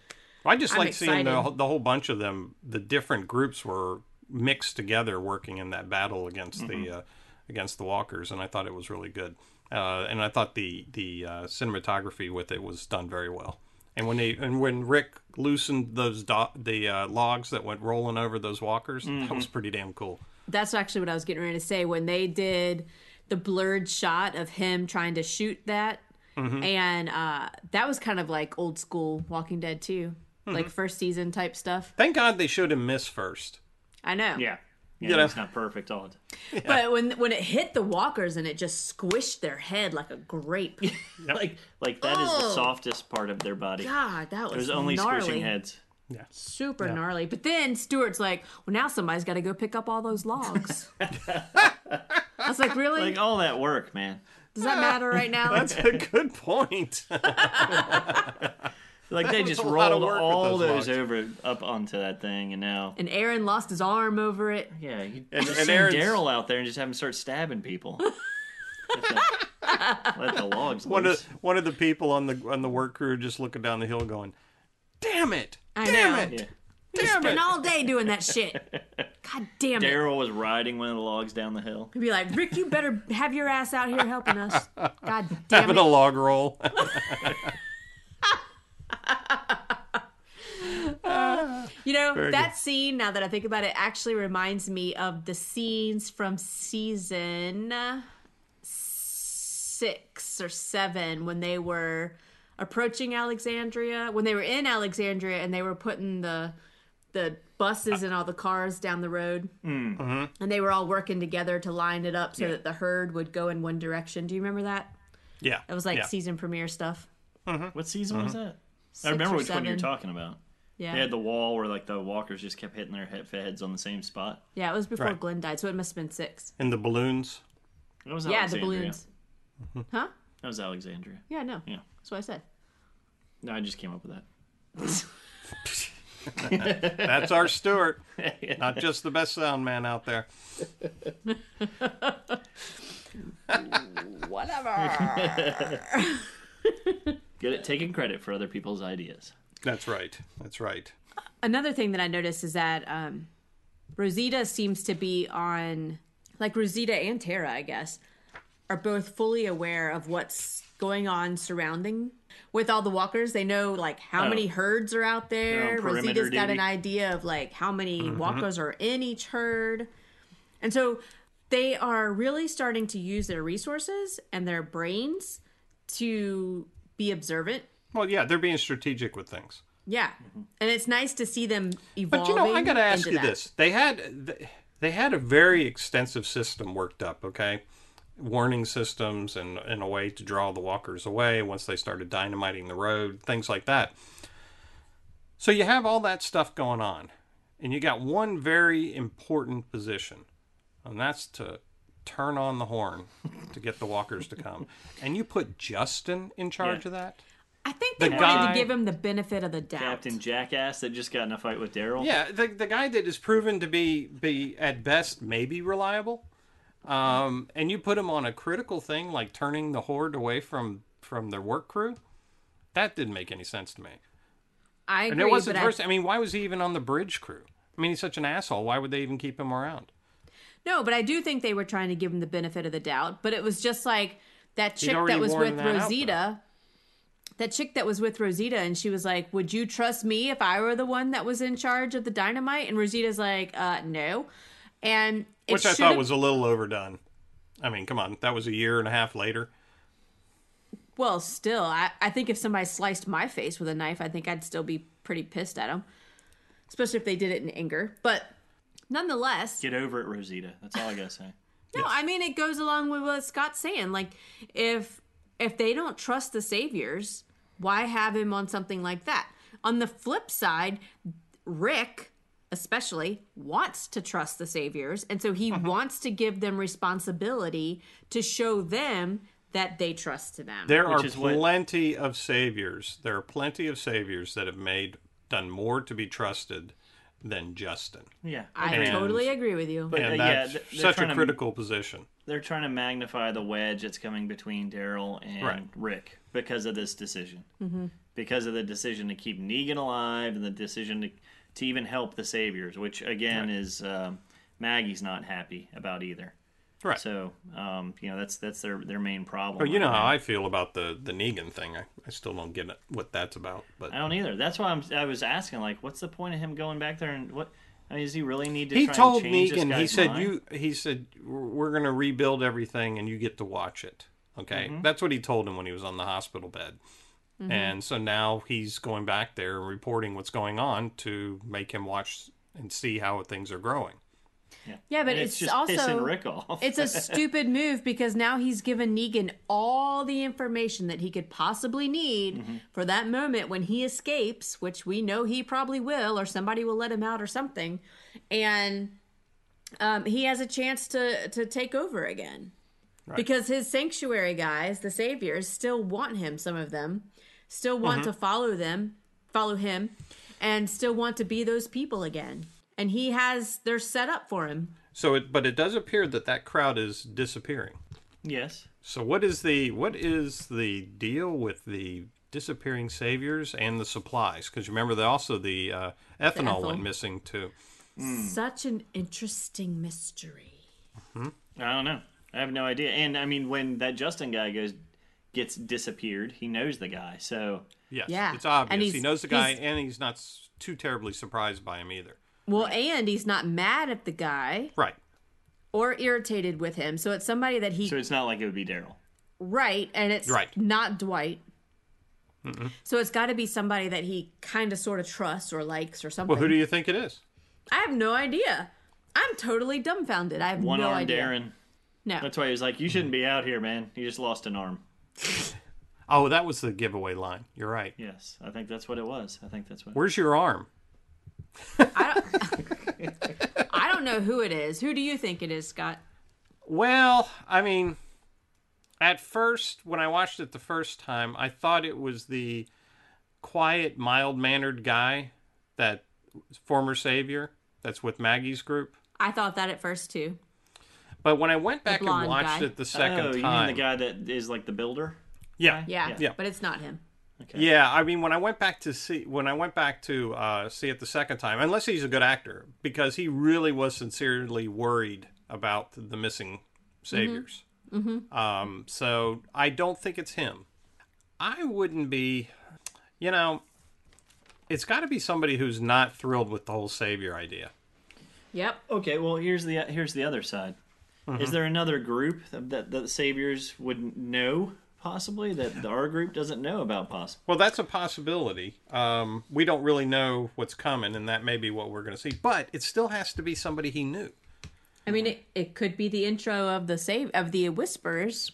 [SPEAKER 6] I just
[SPEAKER 5] I'm
[SPEAKER 6] like seeing the,
[SPEAKER 5] excited.
[SPEAKER 6] the whole bunch of them. The different groups were mixed together, working in that battle against
[SPEAKER 5] Mm-hmm.
[SPEAKER 6] the uh, against the Walkers, and I thought it was really good. Uh, and I thought the the uh, cinematography with it was done very well. And when they and when Rick loosened those do- the uh, logs that went rolling over those Walkers,
[SPEAKER 5] Mm-hmm.
[SPEAKER 6] that was pretty damn cool.
[SPEAKER 5] that's actually what I was getting ready to say when they did the blurred shot of him trying to shoot that,
[SPEAKER 7] Mm-hmm.
[SPEAKER 5] and uh, that was kind of like old school Walking Dead too,
[SPEAKER 7] Mm-hmm.
[SPEAKER 5] like first season type stuff.
[SPEAKER 6] Thank God they showed him miss first.
[SPEAKER 5] I know.
[SPEAKER 7] yeah. Yeah,
[SPEAKER 6] You know.
[SPEAKER 7] it's not perfect all the
[SPEAKER 5] But when when it hit the walkers and it just squished their head like a grape.
[SPEAKER 7] Like, like that is the
[SPEAKER 5] Oh.
[SPEAKER 7] softest part of their body.
[SPEAKER 5] God, that was
[SPEAKER 7] There's only
[SPEAKER 5] gnarly.
[SPEAKER 7] squishing heads.
[SPEAKER 5] super gnarly. But then Stewart's like, well, now somebody's got to go pick up all those logs. I was like, really?
[SPEAKER 7] Like all that work, man.
[SPEAKER 5] Does that matter right now?
[SPEAKER 6] oh, That's a good point.
[SPEAKER 7] Like they just
[SPEAKER 6] was a lot of
[SPEAKER 7] rolled
[SPEAKER 6] work with
[SPEAKER 7] all
[SPEAKER 6] those logs.
[SPEAKER 7] those over up onto that thing, and now
[SPEAKER 5] and Aaron lost his arm over it.
[SPEAKER 7] yeah, you
[SPEAKER 6] And-
[SPEAKER 7] just
[SPEAKER 6] and
[SPEAKER 7] send
[SPEAKER 6] Aaron's-
[SPEAKER 7] Daryl out there and just have him start stabbing people. Let the- Let the logs
[SPEAKER 6] one of
[SPEAKER 7] loose.
[SPEAKER 6] one of the people on the on the work crew just looking down the hill, going, "Damn it!
[SPEAKER 5] I
[SPEAKER 6] damn
[SPEAKER 5] know.
[SPEAKER 6] it!
[SPEAKER 7] Yeah.
[SPEAKER 6] Damn
[SPEAKER 5] Spent
[SPEAKER 6] it!"
[SPEAKER 5] all day doing that shit. God damn it.
[SPEAKER 7] Daryl was riding one of the logs down the hill.
[SPEAKER 5] He'd be like, Rick, you better have your ass out here helping us. God damn
[SPEAKER 6] Having a
[SPEAKER 5] it.
[SPEAKER 6] log roll.
[SPEAKER 5] You know,
[SPEAKER 6] Very
[SPEAKER 5] that
[SPEAKER 6] good.
[SPEAKER 5] scene, now that I think about it, actually reminds me of the scenes from season six or seven when they were approaching Alexandria, when they were in Alexandria and they were putting the the buses and all the cars down the road.
[SPEAKER 7] Mm.
[SPEAKER 6] Mm-hmm.
[SPEAKER 5] And they were all working together to line it up so that the herd would go in one direction. Do you remember that?
[SPEAKER 6] yeah,
[SPEAKER 5] It was like
[SPEAKER 6] yeah.
[SPEAKER 5] season premiere stuff.
[SPEAKER 7] What season was
[SPEAKER 6] Mm-hmm.
[SPEAKER 7] that?
[SPEAKER 5] Six
[SPEAKER 7] I remember
[SPEAKER 5] or
[SPEAKER 7] which one you were
[SPEAKER 5] seven.
[SPEAKER 7] talking about.
[SPEAKER 5] Yeah.
[SPEAKER 7] They had the wall where like the walkers just kept hitting their he- heads on the same spot.
[SPEAKER 5] yeah, it was before
[SPEAKER 6] Right.
[SPEAKER 5] Glenn died, so it must have been six.
[SPEAKER 6] and the balloons.
[SPEAKER 7] That was
[SPEAKER 5] Yeah, the
[SPEAKER 7] Alexandria.
[SPEAKER 5] balloons. Huh?
[SPEAKER 7] That was Alexandria.
[SPEAKER 5] Yeah, no.
[SPEAKER 7] Yeah.
[SPEAKER 5] That's what I said.
[SPEAKER 7] No, I just came up with that.
[SPEAKER 6] That's our Stewart, not just the best sound man out there.
[SPEAKER 7] Good at taking credit for other people's ideas.
[SPEAKER 6] That's right. That's right.
[SPEAKER 5] Another thing that I noticed is that um, Rosita seems to be on, like Rosita and Tara, I guess, are both fully aware of what's going on surrounding with all the walkers. They know like how
[SPEAKER 7] Oh.
[SPEAKER 5] many herds are out there.
[SPEAKER 7] They're on perimeter
[SPEAKER 5] Rosita's got an
[SPEAKER 7] duty. Mm-hmm.
[SPEAKER 5] idea of like how many walkers are in each herd. And so they are really starting to use their resources and their brains to be observant.
[SPEAKER 6] Well, yeah, they're being strategic with things.
[SPEAKER 5] Yeah. And it's nice to see them evolving.
[SPEAKER 6] But you know, I got to ask
[SPEAKER 5] into
[SPEAKER 6] you
[SPEAKER 5] that.
[SPEAKER 6] this: they had th- they had a very extensive system worked up, okay, warning systems and and a way to draw the walkers away once they started dynamiting the road, things like that. So you have all that stuff going on, and you got one very important position, and that's to turn on the horn to get the walkers to come. And you put Justin in charge
[SPEAKER 7] Yeah.
[SPEAKER 6] of that.
[SPEAKER 5] I think they
[SPEAKER 6] The
[SPEAKER 5] wanted
[SPEAKER 6] guy-
[SPEAKER 5] to give him the benefit of the doubt.
[SPEAKER 7] Captain Jackass that just got in a fight with Daryl.
[SPEAKER 6] Yeah, the, the guy that is proven to be be at best maybe reliable, um, and you put him on a critical thing like turning the horde away from from their work crew. That didn't make any sense to me.
[SPEAKER 5] I agree.
[SPEAKER 6] And it wasn't
[SPEAKER 5] but I-
[SPEAKER 6] first. I mean, why was he even on the bridge crew? I mean, he's such an asshole. Why would they even keep him around?
[SPEAKER 5] No, but I do think they were trying to give him the benefit of the doubt. But it was just like that chick
[SPEAKER 6] already
[SPEAKER 5] that was
[SPEAKER 6] worn
[SPEAKER 5] with
[SPEAKER 6] that out,
[SPEAKER 5] Rosita. that chick that was with Rosita, and she was like, "Would you trust me if I were the one that was in charge of the dynamite?" And Rosita's like, "Uh, no." And it
[SPEAKER 6] Which I thought
[SPEAKER 5] should've-
[SPEAKER 6] was a little overdone. I mean, come on, that was a year and a half later.
[SPEAKER 5] well, still, I, I think if somebody sliced my face with a knife, I think I'd still be pretty pissed at them, especially if they did it in anger. But nonetheless,
[SPEAKER 7] Get over it, Rosita. That's all I gotta say.
[SPEAKER 5] No, I mean it goes along with what Scott's saying. Like if if they don't trust the saviors, why have him on something like that? On the flip side, Rick especially wants to trust the saviors, and so he wants to give them responsibility to show them that they trust them.
[SPEAKER 6] There
[SPEAKER 7] Which
[SPEAKER 6] are
[SPEAKER 7] is what-
[SPEAKER 6] plenty of saviors. There are plenty of saviors that have made done more to be trusted than Justin.
[SPEAKER 7] Yeah,
[SPEAKER 5] I
[SPEAKER 6] And-
[SPEAKER 5] totally agree with you.
[SPEAKER 7] But uh,
[SPEAKER 6] and
[SPEAKER 7] yeah,
[SPEAKER 6] that's
[SPEAKER 7] th- they're
[SPEAKER 6] such
[SPEAKER 7] trying
[SPEAKER 6] a
[SPEAKER 7] to-
[SPEAKER 6] critical position.
[SPEAKER 7] they're trying to magnify the wedge that's coming between Daryl and
[SPEAKER 6] Right.
[SPEAKER 7] Rick because of this decision. Mm-hmm. Because of the decision to keep Negan alive and the decision to, to even help the Saviors, which again is um, Maggie's not happy about either.
[SPEAKER 6] Right.
[SPEAKER 7] So um, you know that's that's their their main problem.
[SPEAKER 6] But you know
[SPEAKER 7] right
[SPEAKER 6] how
[SPEAKER 7] now.
[SPEAKER 6] I feel about the the Negan thing. I, I still don't get it, what that's about. But
[SPEAKER 7] I don't either. That's why I'm, I was asking like, what's the point of him going back there and what? I mean, does he really need to?
[SPEAKER 6] he
[SPEAKER 7] try
[SPEAKER 6] told
[SPEAKER 7] and change this
[SPEAKER 6] Negan, he
[SPEAKER 7] guy's
[SPEAKER 6] said
[SPEAKER 7] mind?
[SPEAKER 6] you he said we're going to rebuild everything and you get to watch it. Okay?
[SPEAKER 7] Mm-hmm.
[SPEAKER 6] That's what he told him when he was on the hospital bed. And so now he's going back there and reporting what's going on to make him watch and see how things are growing.
[SPEAKER 5] Yeah, but
[SPEAKER 7] And
[SPEAKER 5] it's,
[SPEAKER 7] it's, just
[SPEAKER 5] also
[SPEAKER 7] pissing Rick off.
[SPEAKER 5] it's a stupid move because now he's given Negan all the information that he could possibly need
[SPEAKER 7] Mm-hmm.
[SPEAKER 5] for that moment when he escapes, which we know he probably will, or somebody will let him out or something, and um, he has a chance to to take over again because his sanctuary guys, the saviors, still want him. Some of them still want
[SPEAKER 7] Mm-hmm.
[SPEAKER 5] to follow them, follow him, and still want to be those people again. And he has they're set up for him.
[SPEAKER 6] So it but it does appear that that crowd is disappearing.
[SPEAKER 7] yes.
[SPEAKER 6] So what is the what is the deal with the disappearing saviors and the supplies? Because remember, they also the uh, ethanol
[SPEAKER 5] ethyl.
[SPEAKER 6] went missing too.
[SPEAKER 5] Such an interesting mystery.
[SPEAKER 7] I don't know. I have no idea. And I mean, when that Justin guy goes gets disappeared, he knows the guy. So
[SPEAKER 6] Yes,
[SPEAKER 5] Yeah.
[SPEAKER 6] it's
[SPEAKER 5] And
[SPEAKER 6] obvious. He
[SPEAKER 5] he's-
[SPEAKER 6] knows the guy,
[SPEAKER 5] he's-
[SPEAKER 6] and he's not s- too terribly surprised by him either.
[SPEAKER 5] Well, and he's not mad at the guy
[SPEAKER 6] Right.
[SPEAKER 5] or irritated with him. So it's somebody that he
[SPEAKER 7] so it's not like it would be Daryl.
[SPEAKER 5] right and it's
[SPEAKER 6] Right.
[SPEAKER 5] not Dwight. So it's got to be somebody that he kind of sort of trusts or likes or something.
[SPEAKER 6] Well, who do you think it is?
[SPEAKER 5] I have no idea. I'm totally dumbfounded. I have
[SPEAKER 7] One
[SPEAKER 5] no
[SPEAKER 7] arm
[SPEAKER 5] idea.
[SPEAKER 7] Darren.
[SPEAKER 5] No.
[SPEAKER 7] That's why he was like, "You shouldn't be out here, man. You just lost an arm."
[SPEAKER 6] Oh, that was the giveaway line. You're right.
[SPEAKER 7] Yes, I think that's what it was. I think that's what.
[SPEAKER 6] Where's your arm?
[SPEAKER 5] I don't I don't know who it is. Who do you think it is, Scott?
[SPEAKER 6] Well, I mean, at first, when I watched it the first time, I thought it was the quiet, mild mannered guy that former savior that's with Maggie's group.
[SPEAKER 5] I thought that at first too.
[SPEAKER 6] But when I went back and
[SPEAKER 5] blonde
[SPEAKER 6] watched
[SPEAKER 5] guy.
[SPEAKER 6] it the second
[SPEAKER 7] oh, you
[SPEAKER 6] time,
[SPEAKER 7] mean the guy that is like the builder?
[SPEAKER 6] yeah,
[SPEAKER 5] Yeah.
[SPEAKER 7] Yeah.
[SPEAKER 5] But it's not him.
[SPEAKER 6] Yeah, I mean, when I went back to see when I went back to uh, see it the second time, unless he's a good actor, because he really was sincerely worried about the missing saviors. Um, so I don't think it's him. I wouldn't be, you know, it's got to be somebody who's not thrilled with the whole savior idea.
[SPEAKER 5] Yep.
[SPEAKER 7] Okay, well here's the here's the other side.
[SPEAKER 6] Uh-huh.
[SPEAKER 7] Is there another group that, that that the saviors wouldn't know possibly that the- our group doesn't know about possibly?
[SPEAKER 6] Well, that's a possibility. Um, we don't really know what's coming, and that may be what we're going to see. But it still has to be somebody he knew.
[SPEAKER 5] I mean, it, it could be the intro of the save of the whispers.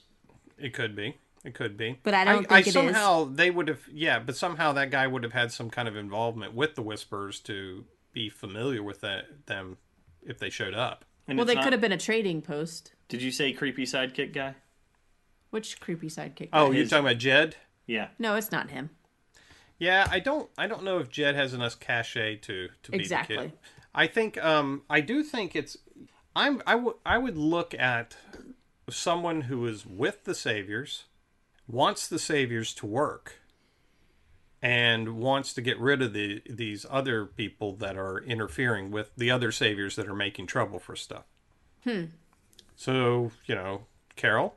[SPEAKER 6] It could be. It could be.
[SPEAKER 5] But I don't
[SPEAKER 6] I,
[SPEAKER 5] think it is.
[SPEAKER 6] somehow they would have. Yeah, but somehow that guy would have had some kind of involvement with the Whispers to be familiar with that, them if they showed up.
[SPEAKER 7] And
[SPEAKER 5] Well,
[SPEAKER 7] it's
[SPEAKER 5] they
[SPEAKER 7] not-
[SPEAKER 5] could have been a trading post.
[SPEAKER 7] Did you say creepy sidekick guy?
[SPEAKER 5] Which creepy sidekick?
[SPEAKER 6] Oh,
[SPEAKER 5] guy?
[SPEAKER 6] you're
[SPEAKER 7] is-
[SPEAKER 6] talking about Jed?
[SPEAKER 7] Yeah.
[SPEAKER 5] no, it's not him.
[SPEAKER 6] Yeah, I don't. I don't know if Jed has enough cachet to to be the
[SPEAKER 5] Exactly.
[SPEAKER 6] kid. I think. Um, I do think it's. I'm. I would. I would look at someone who is with the Saviors, wants the Saviors to work, and wants to get rid of the these other people that are interfering with the other Saviors that are making trouble for stuff. Hmm. So you know, Carol.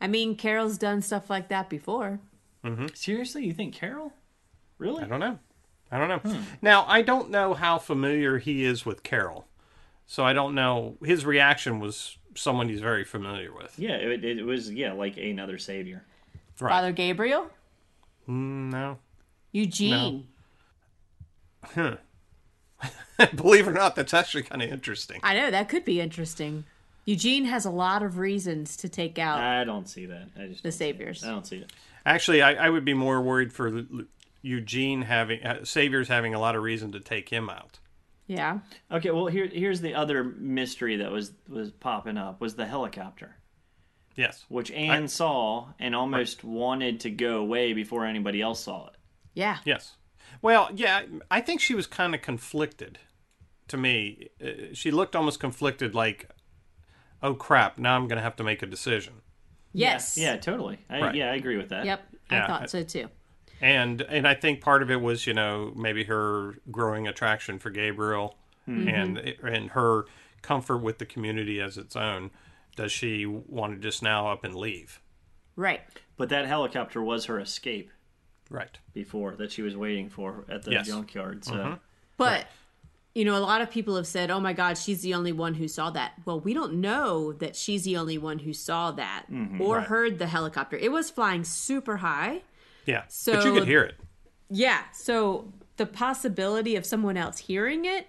[SPEAKER 5] I mean, Carol's done stuff like that before.
[SPEAKER 7] Seriously, you think Carol? Really?
[SPEAKER 6] I don't know. I don't
[SPEAKER 5] Hmm.
[SPEAKER 6] know. Now, I don't know how familiar he is with Carol. So I don't know. His reaction was someone he's very familiar with.
[SPEAKER 7] Yeah, it, it was yeah like another savior.
[SPEAKER 6] Right. Hmm,
[SPEAKER 5] Father Gabriel,
[SPEAKER 6] No.
[SPEAKER 5] Eugene.
[SPEAKER 6] Believe it or not, that's actually kind of interesting.
[SPEAKER 5] I know that could be interesting. Eugene has a lot of reasons to take out.
[SPEAKER 7] I don't see that. I
[SPEAKER 5] The
[SPEAKER 7] just don't see it.
[SPEAKER 5] saviors.
[SPEAKER 7] I don't see it.
[SPEAKER 6] Actually, I, I would be more worried for L- L- Eugene having, uh, Savior's having a lot of reason to take him out.
[SPEAKER 5] yeah.
[SPEAKER 7] Okay, well here here's the other mystery that was was popping up was the helicopter,
[SPEAKER 6] Yes.
[SPEAKER 7] which Anne
[SPEAKER 6] I-
[SPEAKER 7] saw and almost wanted to go away before anybody else saw it.
[SPEAKER 5] Yeah.
[SPEAKER 6] Yes. Well, yeah, I think she was kind of conflicted to me. Uh, She looked almost conflicted, like, oh crap, now I'm going to have to make a decision.
[SPEAKER 5] Yes.
[SPEAKER 7] Yeah, totally. I,
[SPEAKER 6] Right.
[SPEAKER 7] Yeah, I agree with that.
[SPEAKER 5] Yep.
[SPEAKER 6] Yeah.
[SPEAKER 5] I thought so too.
[SPEAKER 6] and and I think part of it was you know maybe her growing attraction for Gabriel and and her comfort with the community as its own. Does she want to just now up and leave?
[SPEAKER 5] Right.
[SPEAKER 7] But that helicopter was her escape
[SPEAKER 6] Right.
[SPEAKER 7] before that she was waiting for at the
[SPEAKER 6] Yes.
[SPEAKER 7] junkyard. So
[SPEAKER 5] But you know, a lot of people have said, "Oh my God, she's the only one who saw that." Well, we don't know that she's the only one who saw that or heard the helicopter. It was flying super high.
[SPEAKER 6] Yeah. but you
[SPEAKER 5] So-
[SPEAKER 6] could hear it.
[SPEAKER 5] Yeah. So the possibility of someone else hearing it,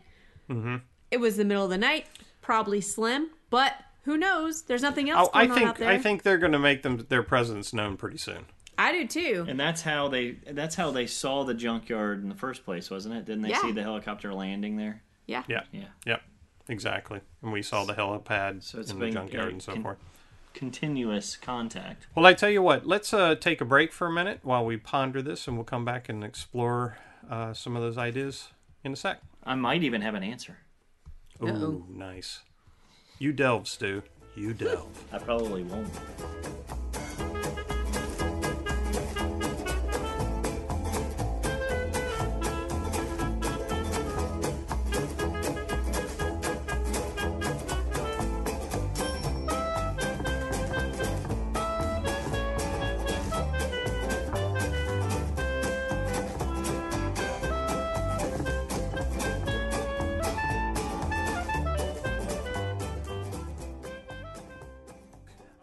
[SPEAKER 6] Mm-hmm.
[SPEAKER 5] it was the middle of the night, probably slim, but who knows? There's nothing else
[SPEAKER 6] Oh, I
[SPEAKER 5] going on out
[SPEAKER 6] think
[SPEAKER 5] there.
[SPEAKER 6] I think they're going to make them their presence known pretty soon.
[SPEAKER 5] I do too.
[SPEAKER 7] and that's how they that's how they saw the junkyard in the first place, wasn't it? Didn't they
[SPEAKER 5] Yeah.
[SPEAKER 7] see the helicopter landing there?
[SPEAKER 5] Yeah.
[SPEAKER 6] Yeah.
[SPEAKER 7] Yeah.
[SPEAKER 6] Yep. Exactly. And we saw the helipad
[SPEAKER 7] So it's
[SPEAKER 6] in the
[SPEAKER 7] been,
[SPEAKER 6] junkyard
[SPEAKER 7] uh,
[SPEAKER 6] and so
[SPEAKER 7] con-
[SPEAKER 6] forth.
[SPEAKER 7] Continuous contact.
[SPEAKER 6] Well, I tell you what, let's uh, take a break for a minute while we ponder this, and we'll come back and explore uh, some of those ideas in a sec.
[SPEAKER 7] I might even have an answer.
[SPEAKER 6] Ooh, nice. You delve, Stu. You delve.
[SPEAKER 7] I probably won't.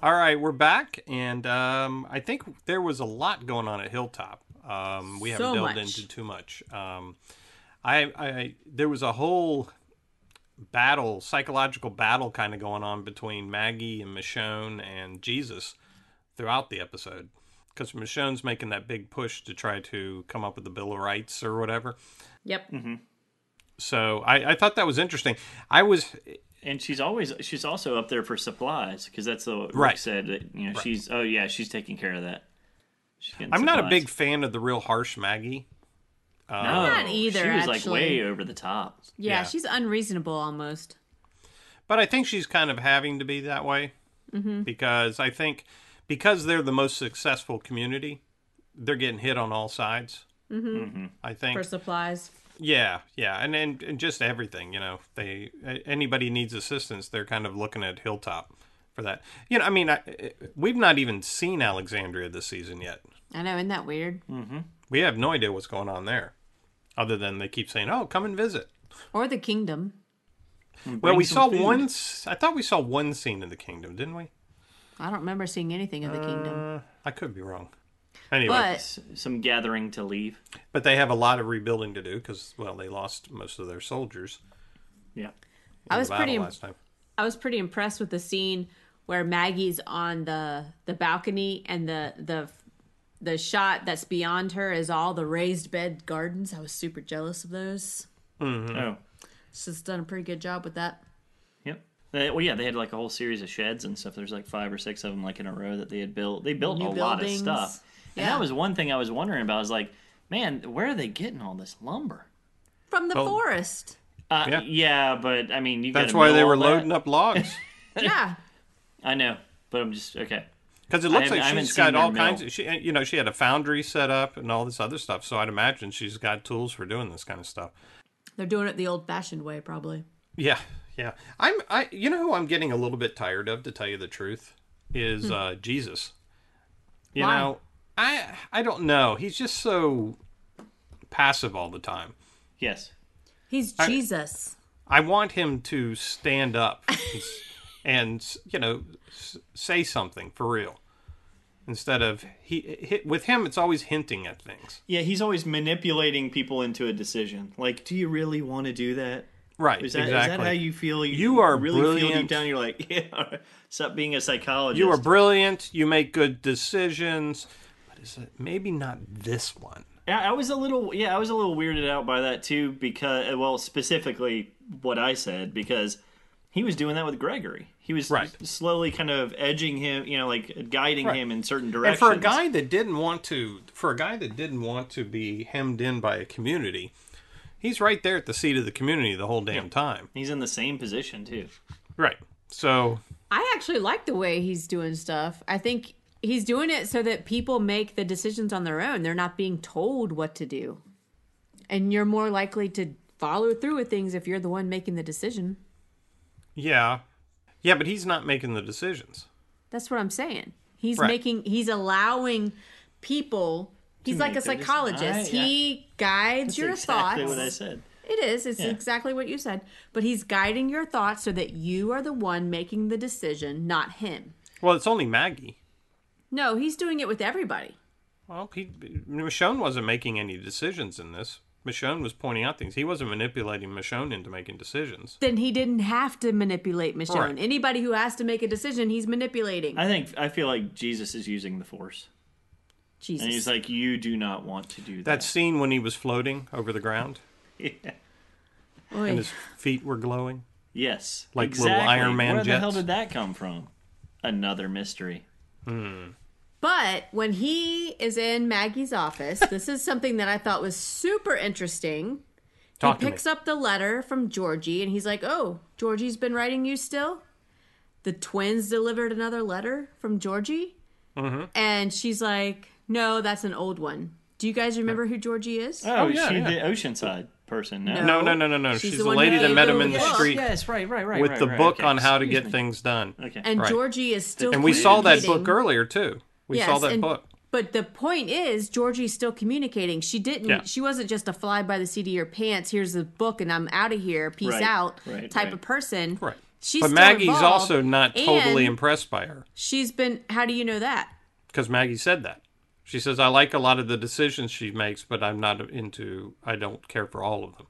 [SPEAKER 6] All right, we're back, and um, I think there was a lot going on at Hilltop. Um, we haven't
[SPEAKER 5] So
[SPEAKER 6] delved
[SPEAKER 5] much.
[SPEAKER 6] into too much. Um, I, I there was a whole battle, psychological battle, kind of going on between Maggie and Michonne and Jesus throughout the episode, because Michonne's making that big push to try to come up with the Bill of Rights or whatever.
[SPEAKER 5] Yep.
[SPEAKER 6] Mm-hmm. So I, I thought that was interesting. I was
[SPEAKER 7] And she's always she's also up there for supplies because that's the Rick
[SPEAKER 6] Right.
[SPEAKER 7] said that you know she's oh yeah she's taking care of that. She's getting
[SPEAKER 6] I'm not a
[SPEAKER 7] supplies.
[SPEAKER 6] big fan of the real harsh Maggie.
[SPEAKER 7] no,
[SPEAKER 5] Not either,
[SPEAKER 7] She was like
[SPEAKER 5] actually.
[SPEAKER 7] way over the top.
[SPEAKER 5] Yeah,
[SPEAKER 6] Yeah.
[SPEAKER 5] she's unreasonable almost.
[SPEAKER 6] But I think she's kind of having to be that way Mm-hmm. because I think because they're the most successful community, they're getting hit on all sides. Mm-hmm. I think,
[SPEAKER 5] For supplies.
[SPEAKER 6] yeah, yeah, and, and and just everything, you know, they a- anybody needs assistance, they're kind of looking at Hilltop for that. You know, I mean, I, we've not even seen Alexandria this season yet.
[SPEAKER 5] I know, isn't that weird?
[SPEAKER 6] Mm. We have no idea what's going on there, other than they keep saying, "Oh, come and visit."
[SPEAKER 5] Or the kingdom.
[SPEAKER 6] Well,
[SPEAKER 7] Bring
[SPEAKER 6] we
[SPEAKER 7] some
[SPEAKER 6] saw
[SPEAKER 7] food.
[SPEAKER 6] one. s- I thought we saw one scene in the kingdom, didn't we?
[SPEAKER 5] I don't remember seeing anything of the kingdom.
[SPEAKER 6] I could be wrong. Anyway, but,
[SPEAKER 5] But
[SPEAKER 7] some gathering to leave.
[SPEAKER 6] they have a lot of rebuilding to do because, well, they lost most of their soldiers.
[SPEAKER 7] Yeah.
[SPEAKER 5] I
[SPEAKER 6] in
[SPEAKER 5] was
[SPEAKER 6] the
[SPEAKER 5] pretty
[SPEAKER 6] battle
[SPEAKER 5] im-
[SPEAKER 6] last time.
[SPEAKER 5] I was pretty impressed with the scene where Maggie's on the the balcony and the the the shot that's beyond her is all the raised bed gardens. I was super jealous of those.
[SPEAKER 6] Mm-hmm.
[SPEAKER 7] Oh.
[SPEAKER 5] She's done a pretty good job with that.
[SPEAKER 7] Yep. They, well, yeah, they had like a whole series of sheds and stuff. There's like five or six of them like in a row that they had built. They built
[SPEAKER 5] New
[SPEAKER 7] a lot of
[SPEAKER 5] buildings.
[SPEAKER 7] stuff, and
[SPEAKER 5] Yeah.
[SPEAKER 7] that was one thing I was wondering about. I was like, man, where are they getting all this lumber?
[SPEAKER 5] From the
[SPEAKER 6] Well-
[SPEAKER 5] forest.
[SPEAKER 7] Uh,
[SPEAKER 6] Yeah.
[SPEAKER 7] yeah. but I mean, you.
[SPEAKER 6] That's
[SPEAKER 7] gotta
[SPEAKER 6] why
[SPEAKER 7] mill
[SPEAKER 6] they were
[SPEAKER 7] all
[SPEAKER 6] loading
[SPEAKER 7] that.
[SPEAKER 6] up logs
[SPEAKER 5] Yeah.
[SPEAKER 7] I know, but I'm just okay.
[SPEAKER 6] because it
[SPEAKER 7] I
[SPEAKER 6] looks
[SPEAKER 7] haven't- I
[SPEAKER 6] like
[SPEAKER 7] haven't
[SPEAKER 6] she's
[SPEAKER 7] seen
[SPEAKER 6] got
[SPEAKER 7] their
[SPEAKER 6] all kinds.
[SPEAKER 7] mill.
[SPEAKER 6] Of, she, you know, she had a foundry set up and all this other stuff. So I'd imagine she's got tools for doing this kind of stuff.
[SPEAKER 5] They're doing it the old fashioned way probably.
[SPEAKER 6] Yeah, yeah. I'm. I. You know who I'm getting a little bit tired of, to tell you the truth,
[SPEAKER 7] Hmm.
[SPEAKER 6] is uh, Jesus. You
[SPEAKER 5] Why?
[SPEAKER 6] know, I. I don't know. He's just so passive all the time.
[SPEAKER 7] Yes.
[SPEAKER 5] He's
[SPEAKER 6] I-
[SPEAKER 5] Jesus.
[SPEAKER 6] I want him to stand up and, s- and s- you know s- say something for real, instead of he, he. With him, it's always hinting at things.
[SPEAKER 7] Yeah, he's always manipulating people into a decision. Like, do you really want to do that?
[SPEAKER 6] Right.
[SPEAKER 7] Is that, is
[SPEAKER 6] exactly.
[SPEAKER 7] that how you feel?
[SPEAKER 6] You are
[SPEAKER 7] really feel
[SPEAKER 6] brilliant.
[SPEAKER 7] deep down. You're like, yeah. all right. Stop being a psychologist.
[SPEAKER 6] You are brilliant. You make good decisions. But is it maybe not this one?
[SPEAKER 7] I I was a little, yeah, I was a little weirded out by that too because, well, specifically what I said because he was doing that with Gregory. He was
[SPEAKER 6] Right.
[SPEAKER 7] slowly kind of edging him, you know, like guiding
[SPEAKER 6] Right.
[SPEAKER 7] him in certain
[SPEAKER 6] And
[SPEAKER 7] directions.
[SPEAKER 6] for a guy that didn't want to, for a guy that didn't want to be hemmed in by a community, he's right there at the seat of the community the whole damn time.
[SPEAKER 7] he's in the same position too.
[SPEAKER 6] Right. So
[SPEAKER 5] I actually like the way he's doing stuff. I think he's doing it so that people make the decisions on their own. They're not being told what to do. And you're more likely to follow through with things if you're the one making the decision.
[SPEAKER 6] yeah, yeah, but he's not making the decisions.
[SPEAKER 5] That's what I'm saying. He's
[SPEAKER 6] Right.
[SPEAKER 5] making he's allowing people he's like a
[SPEAKER 7] make their decision.
[SPEAKER 5] psychologist.
[SPEAKER 7] I- yeah.
[SPEAKER 5] He guides your
[SPEAKER 7] exactly
[SPEAKER 5] thoughts.
[SPEAKER 7] what I said.
[SPEAKER 5] It is. It's
[SPEAKER 7] Yeah.
[SPEAKER 5] exactly what you said. But he's guiding your thoughts so that you are the one making the decision, not him.
[SPEAKER 6] Well, it's only Maggie.
[SPEAKER 5] No, he's doing it with everybody.
[SPEAKER 6] Well, he, Michonne wasn't making any decisions in this. Michonne was pointing out things. He wasn't manipulating Michonne into making decisions.
[SPEAKER 5] Then he didn't have to manipulate Michonne.
[SPEAKER 6] Right.
[SPEAKER 5] Anybody who has to make a decision, he's manipulating.
[SPEAKER 7] I think I feel like Jesus is using the force,
[SPEAKER 5] Jesus.
[SPEAKER 7] and he's like, "You do not want to do that."
[SPEAKER 6] That scene when he was floating over the ground
[SPEAKER 7] yeah.
[SPEAKER 5] Oy.
[SPEAKER 6] and his feet were glowing.
[SPEAKER 7] yes,
[SPEAKER 6] Like little
[SPEAKER 7] exactly.
[SPEAKER 6] Iron Man
[SPEAKER 7] Where the hell
[SPEAKER 6] jets.
[SPEAKER 7] did that come from? Another mystery.
[SPEAKER 5] But when he is in Maggie's office, this is something that I thought was super interesting.
[SPEAKER 6] Talk
[SPEAKER 5] he
[SPEAKER 6] to me.
[SPEAKER 5] picks up the letter from Georgie and he's like, Oh, Georgie's been writing you still? The twins delivered another letter from Georgie.
[SPEAKER 6] Mm-hmm.
[SPEAKER 5] And she's like, No, that's an old one. Do you guys remember who Georgie is?
[SPEAKER 7] Oh,
[SPEAKER 6] yeah,
[SPEAKER 7] she
[SPEAKER 6] yeah.
[SPEAKER 7] the Oceanside person. No.
[SPEAKER 6] No, no, no, no, no.
[SPEAKER 5] She's
[SPEAKER 6] She's,
[SPEAKER 5] the
[SPEAKER 6] the,
[SPEAKER 5] one
[SPEAKER 6] lady
[SPEAKER 5] who
[SPEAKER 6] that
[SPEAKER 5] gave
[SPEAKER 6] met
[SPEAKER 5] the
[SPEAKER 6] him in the
[SPEAKER 5] little- Yes,
[SPEAKER 6] street
[SPEAKER 7] Yes, right, right, right.
[SPEAKER 6] with
[SPEAKER 7] right,
[SPEAKER 6] the
[SPEAKER 7] right,
[SPEAKER 6] book
[SPEAKER 7] okay.
[SPEAKER 6] on how to get
[SPEAKER 7] Excuse me.
[SPEAKER 6] things done.
[SPEAKER 7] Okay.
[SPEAKER 5] and
[SPEAKER 6] Right.
[SPEAKER 5] Georgie is still
[SPEAKER 6] And we saw that
[SPEAKER 5] communicating.
[SPEAKER 6] book earlier too. We
[SPEAKER 5] Yes,
[SPEAKER 6] saw that
[SPEAKER 5] and-
[SPEAKER 6] book.
[SPEAKER 5] But the point is, Georgie's still communicating. She didn't.
[SPEAKER 6] Yeah.
[SPEAKER 5] She wasn't just a fly by the seat of your pants. Here's the book, and I'm out of here. Peace
[SPEAKER 7] Right,
[SPEAKER 5] out.
[SPEAKER 7] right,
[SPEAKER 5] type
[SPEAKER 7] right.
[SPEAKER 5] of person.
[SPEAKER 6] Right.
[SPEAKER 5] She's
[SPEAKER 6] but
[SPEAKER 5] still
[SPEAKER 6] Maggie's
[SPEAKER 5] involved,
[SPEAKER 6] also not totally
[SPEAKER 5] and
[SPEAKER 6] impressed by her
[SPEAKER 5] She's been. How do you know that?
[SPEAKER 6] because Maggie said that. She says, "I like a lot of the decisions she makes, but I'm not into. I don't care for all of them."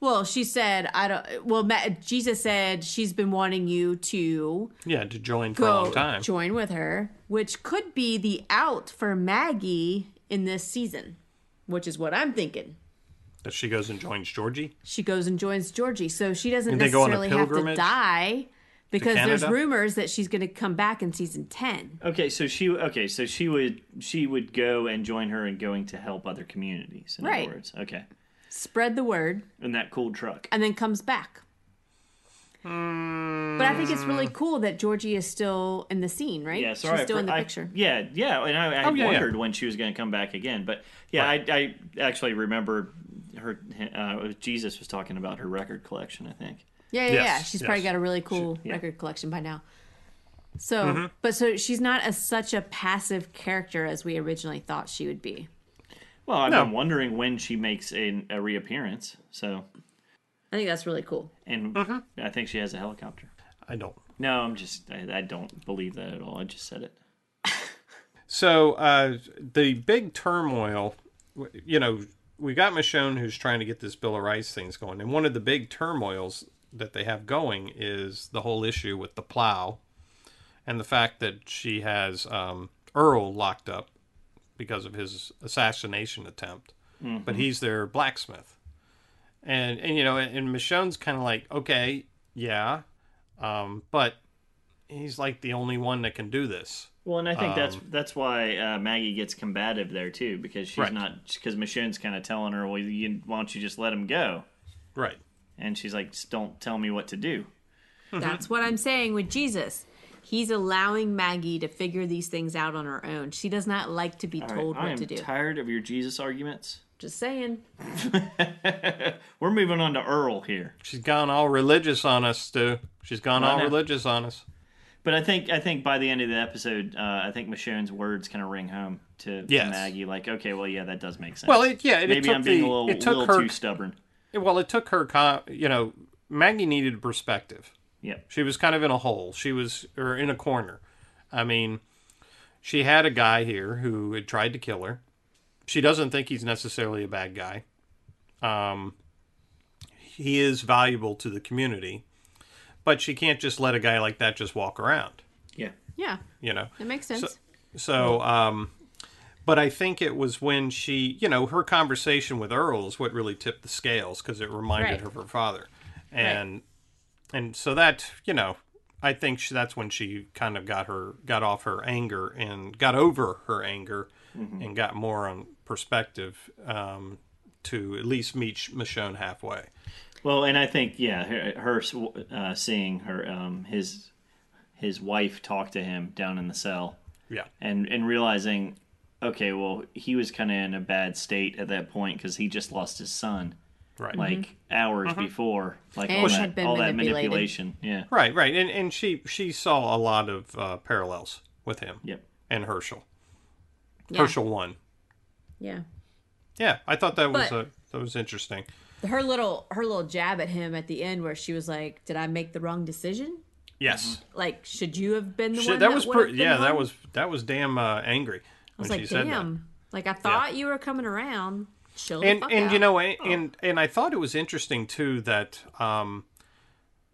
[SPEAKER 5] Well, she said, "I don't." Well, Ma- Jesus said she's been wanting you to
[SPEAKER 6] Yeah, to join for a
[SPEAKER 5] go
[SPEAKER 6] long time.
[SPEAKER 5] join with her, which could be the out for Maggie in this season, which is what I'm thinking.
[SPEAKER 6] That she goes and joins Georgie.
[SPEAKER 5] she goes and joins Georgie. So she doesn't
[SPEAKER 6] And they go on a
[SPEAKER 5] necessarily have to
[SPEAKER 6] pilgrimage
[SPEAKER 5] die because there's
[SPEAKER 6] Canada?
[SPEAKER 5] rumors that she's going to come back in season 10.
[SPEAKER 7] Okay, so she okay, so she would she would go and join her in going to help other communities. In
[SPEAKER 5] Right.
[SPEAKER 7] other words, okay,
[SPEAKER 5] Spread the word
[SPEAKER 7] in that cool truck.
[SPEAKER 5] and then comes back. But I think it's really
[SPEAKER 6] Hmm.
[SPEAKER 5] cool that Georgie is still in the scene, right?
[SPEAKER 7] Yeah, sorry,
[SPEAKER 5] She's still
[SPEAKER 7] I-
[SPEAKER 5] in the
[SPEAKER 7] I-
[SPEAKER 5] picture.
[SPEAKER 7] Yeah, yeah, and I, I
[SPEAKER 6] Oh, yeah, yeah.
[SPEAKER 7] wondered when she was going to come back again, but yeah, I, I actually remember her. Uh, Jesus was talking about her record collection. I think.
[SPEAKER 5] Yeah, yeah, yeah.
[SPEAKER 6] Yes,
[SPEAKER 5] She's probably
[SPEAKER 6] yes.
[SPEAKER 5] got a really cool record collection by now. So,
[SPEAKER 6] Mm-hmm.
[SPEAKER 5] but so she's not as such a passive character as we originally thought she would be.
[SPEAKER 7] Well, I've
[SPEAKER 6] No.
[SPEAKER 7] been wondering when she makes a, a reappearance. So,
[SPEAKER 5] I think that's really cool.
[SPEAKER 7] and I think she has a helicopter.
[SPEAKER 6] I don't.
[SPEAKER 7] No, I'm just I, I don't believe that at all. I just said it.
[SPEAKER 6] So uh, the big turmoil, w- you know, we got Michonne who's trying to get this Bill of Rights things going, and one of the big turmoils that they have going is the whole issue with the plow, and the fact that she has um, Earl locked up because of his assassination attempt, but he's their blacksmith, and and you know, and, and Michonne's kind of like, okay, yeah, um, but he's like the only one that can do this.
[SPEAKER 7] Well, and I think that's that's why uh, Maggie gets combative there too, because she's
[SPEAKER 6] Right.
[SPEAKER 7] not because Michonne's kind of telling her, "Well, you, why don't you just let him go?"
[SPEAKER 6] Right.
[SPEAKER 7] And she's like, "Just "Don't tell me what to do."
[SPEAKER 6] Mm-hmm.
[SPEAKER 5] That's what I'm saying with Jesus. He's allowing Maggie to figure these things out on her own. She does not like to be
[SPEAKER 7] All right,
[SPEAKER 5] told
[SPEAKER 7] I
[SPEAKER 5] what
[SPEAKER 7] am
[SPEAKER 5] to do.
[SPEAKER 7] tired of your Jesus arguments.
[SPEAKER 5] Just saying.
[SPEAKER 7] We're moving on to Earl here,
[SPEAKER 6] She's gone all religious on us, Stu. She's gone all
[SPEAKER 7] know.
[SPEAKER 6] religious on us.
[SPEAKER 7] but I think I think by the end of the episode, uh, I think Michonne's words kind of ring home to, to
[SPEAKER 6] Yes.
[SPEAKER 7] Maggie, like, "Okay, well, yeah, that does make sense."
[SPEAKER 6] Well, it, yeah, it, it
[SPEAKER 7] maybe
[SPEAKER 6] took
[SPEAKER 7] I'm being
[SPEAKER 6] the,
[SPEAKER 7] a little,
[SPEAKER 6] it took
[SPEAKER 7] little
[SPEAKER 6] her.
[SPEAKER 7] too stubborn.
[SPEAKER 6] well, it took her. co- You know, Maggie needed perspective.
[SPEAKER 7] Yep.
[SPEAKER 6] She was kind of in a hole. She was or in a corner. I mean, she had a guy here who had tried to kill her. She doesn't think he's necessarily a bad guy. Um, he is valuable to the community, but she can't just let a guy like that just walk around.
[SPEAKER 7] Yeah.
[SPEAKER 5] Yeah,
[SPEAKER 6] You know,
[SPEAKER 5] that makes sense.
[SPEAKER 6] So, um, but I think it was when she, you know, her conversation with Earl is what really tipped the scales because it reminded
[SPEAKER 5] Right.
[SPEAKER 6] her of her father, and and so that you know, I think she, that's when she kind of got her got off her anger and got over her anger
[SPEAKER 5] Mm-hmm.
[SPEAKER 6] and got more on perspective um, to at least meet Sh- Michonne halfway.
[SPEAKER 7] Well, and I think yeah, her, her uh, seeing her um, his his wife talk to him down in the cell,
[SPEAKER 6] Yeah,
[SPEAKER 7] and and realizing, okay, well, he was kind of in a bad state at that point because he just lost his son
[SPEAKER 6] right.
[SPEAKER 7] like hours before, like
[SPEAKER 5] Mm-hmm. And
[SPEAKER 7] all, that,
[SPEAKER 5] had been
[SPEAKER 7] all that
[SPEAKER 5] manipulated.
[SPEAKER 7] manipulation. Yeah.
[SPEAKER 6] Right, right, and and she she saw a lot of uh, parallels with him
[SPEAKER 7] Yep.
[SPEAKER 6] and Herschel.
[SPEAKER 5] Yeah.
[SPEAKER 6] Herschel one.
[SPEAKER 5] Yeah.
[SPEAKER 6] Yeah, I thought that was
[SPEAKER 5] But-
[SPEAKER 6] a, that was interesting.
[SPEAKER 5] Her little her little jab at him at the end where she was like, "Did I make the wrong decision?
[SPEAKER 6] Yes,
[SPEAKER 5] Like, should you have been the
[SPEAKER 6] Shit,
[SPEAKER 5] one
[SPEAKER 6] that was
[SPEAKER 5] would
[SPEAKER 6] per-
[SPEAKER 5] have been
[SPEAKER 6] yeah, that
[SPEAKER 5] wrong?"
[SPEAKER 6] was that was damn uh, angry
[SPEAKER 5] I was
[SPEAKER 6] when she
[SPEAKER 5] like,
[SPEAKER 6] said
[SPEAKER 5] "Damn!
[SPEAKER 6] that.
[SPEAKER 5] Like, I thought you were coming around. Chill the
[SPEAKER 6] And
[SPEAKER 5] fuck
[SPEAKER 6] and you
[SPEAKER 5] out.
[SPEAKER 6] know and, and and I thought it was interesting too that um,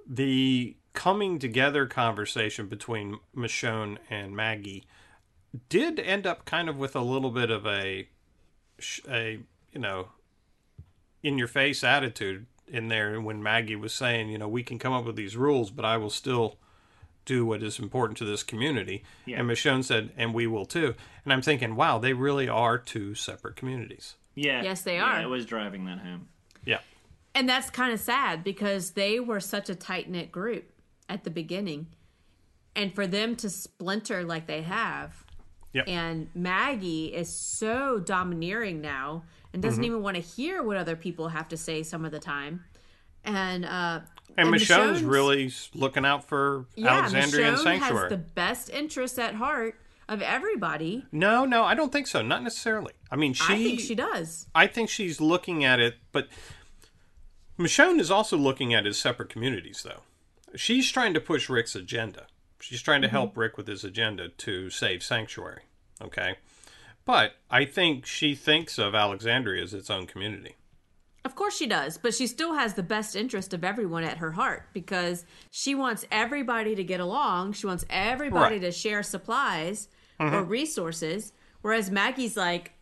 [SPEAKER 6] the coming together conversation between Michonne and Maggie did end up kind of with a little bit of a sh- a you know in your face attitude in there when Maggie was saying, you know, we can come up with these rules, but I will still do what is important to this community. And Michonne said, and we will too. And I'm thinking, wow, they really are two separate communities.
[SPEAKER 7] Yeah.
[SPEAKER 5] Yes, they
[SPEAKER 7] Yeah,
[SPEAKER 5] are.
[SPEAKER 7] it was driving that home.
[SPEAKER 6] Yeah.
[SPEAKER 5] And that's kind of sad because they were such a tight knit group at the beginning. And for them to splinter like they have,
[SPEAKER 6] Yep.
[SPEAKER 5] and Maggie is so domineering now and doesn't
[SPEAKER 6] Mm-hmm.
[SPEAKER 5] even want to hear what other people have to say some of the time. And uh
[SPEAKER 6] And,
[SPEAKER 5] And
[SPEAKER 6] Michonne's,
[SPEAKER 5] Michonne's-
[SPEAKER 6] really looking out for Alexandria and
[SPEAKER 5] Michonne
[SPEAKER 6] Sanctuary.
[SPEAKER 5] has the best interest at heart of everybody.
[SPEAKER 6] No, no, I don't think so. Not necessarily. I mean, she
[SPEAKER 5] I think she does.
[SPEAKER 6] I think she's looking at it, but Michonne is also looking at his separate communities, though. She's trying to push Rick's agenda. She's trying
[SPEAKER 5] Mm-hmm.
[SPEAKER 6] to help Rick with his agenda to save Sanctuary. Okay. But I think she thinks of Alexandria as its own community.
[SPEAKER 5] Of course she does, but she still has the best interest of everyone at her heart because she wants everybody to get along. She wants everybody
[SPEAKER 6] Right. Mm-hmm.
[SPEAKER 5] to share supplies or resources. Whereas Maggie's like,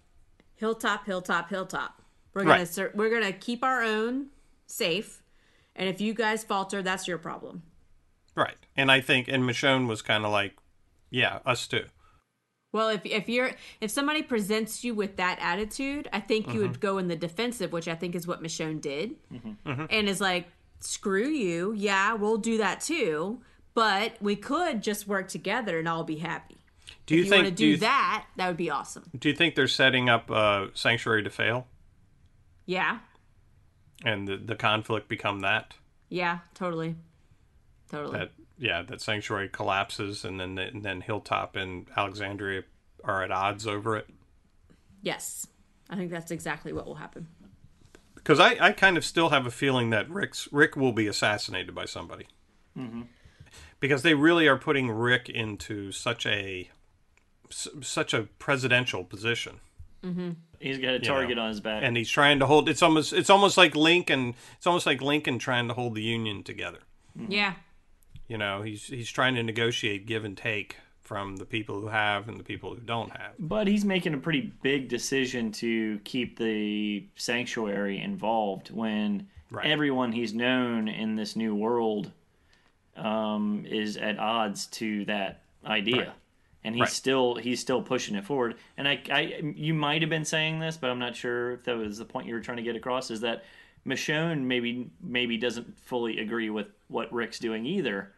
[SPEAKER 5] hilltop, hilltop, hilltop. We're gonna
[SPEAKER 6] Right.
[SPEAKER 5] ser- we're gonna keep our own safe, and if you guys falter, that's your problem.
[SPEAKER 6] Right. And I think, and Michonne was kind of like, yeah, us too.
[SPEAKER 5] Well, if if you're if somebody presents you with that attitude, I think you would go in the defensive, which I think is what Michonne did,
[SPEAKER 6] Mm-hmm.
[SPEAKER 5] and is like, "Screw you! Yeah, we'll do that too, but we could just work together and all be happy.
[SPEAKER 6] Do you,
[SPEAKER 5] If you
[SPEAKER 6] think
[SPEAKER 5] want to
[SPEAKER 6] do
[SPEAKER 5] do
[SPEAKER 6] you,
[SPEAKER 5] that? That would be awesome.
[SPEAKER 6] do you think they're setting up uh, Sanctuary to fail
[SPEAKER 5] Yeah,
[SPEAKER 6] and the, the conflict become that?
[SPEAKER 5] yeah, totally, totally.
[SPEAKER 6] That yeah, that sanctuary collapses, and then and then Hilltop and Alexandria are at odds over it.
[SPEAKER 5] Yes. I think that's exactly what will happen.
[SPEAKER 6] Because I, I kind of still have a feeling that Rick's Rick will be assassinated by somebody. Because they really are putting Rick into such a s- such a presidential position.
[SPEAKER 7] He's got a target on his back.
[SPEAKER 6] and he's trying to hold it's almost it's almost like lincoln it's almost like lincoln trying to hold the union together
[SPEAKER 5] Yeah.
[SPEAKER 6] you know he's he's trying to negotiate give and take from the people who have and the people who don't have
[SPEAKER 7] but he's making a pretty big decision to keep the sanctuary involved when
[SPEAKER 6] Right.
[SPEAKER 7] everyone he's known in this new world um, is at odds to that idea. And he's
[SPEAKER 6] Right.
[SPEAKER 7] still he's still pushing it forward. And I, I you might have been saying this, but I'm not sure if that was the point you were trying to get across. Is that Michonne maybe maybe doesn't fully agree with what Rick's doing either,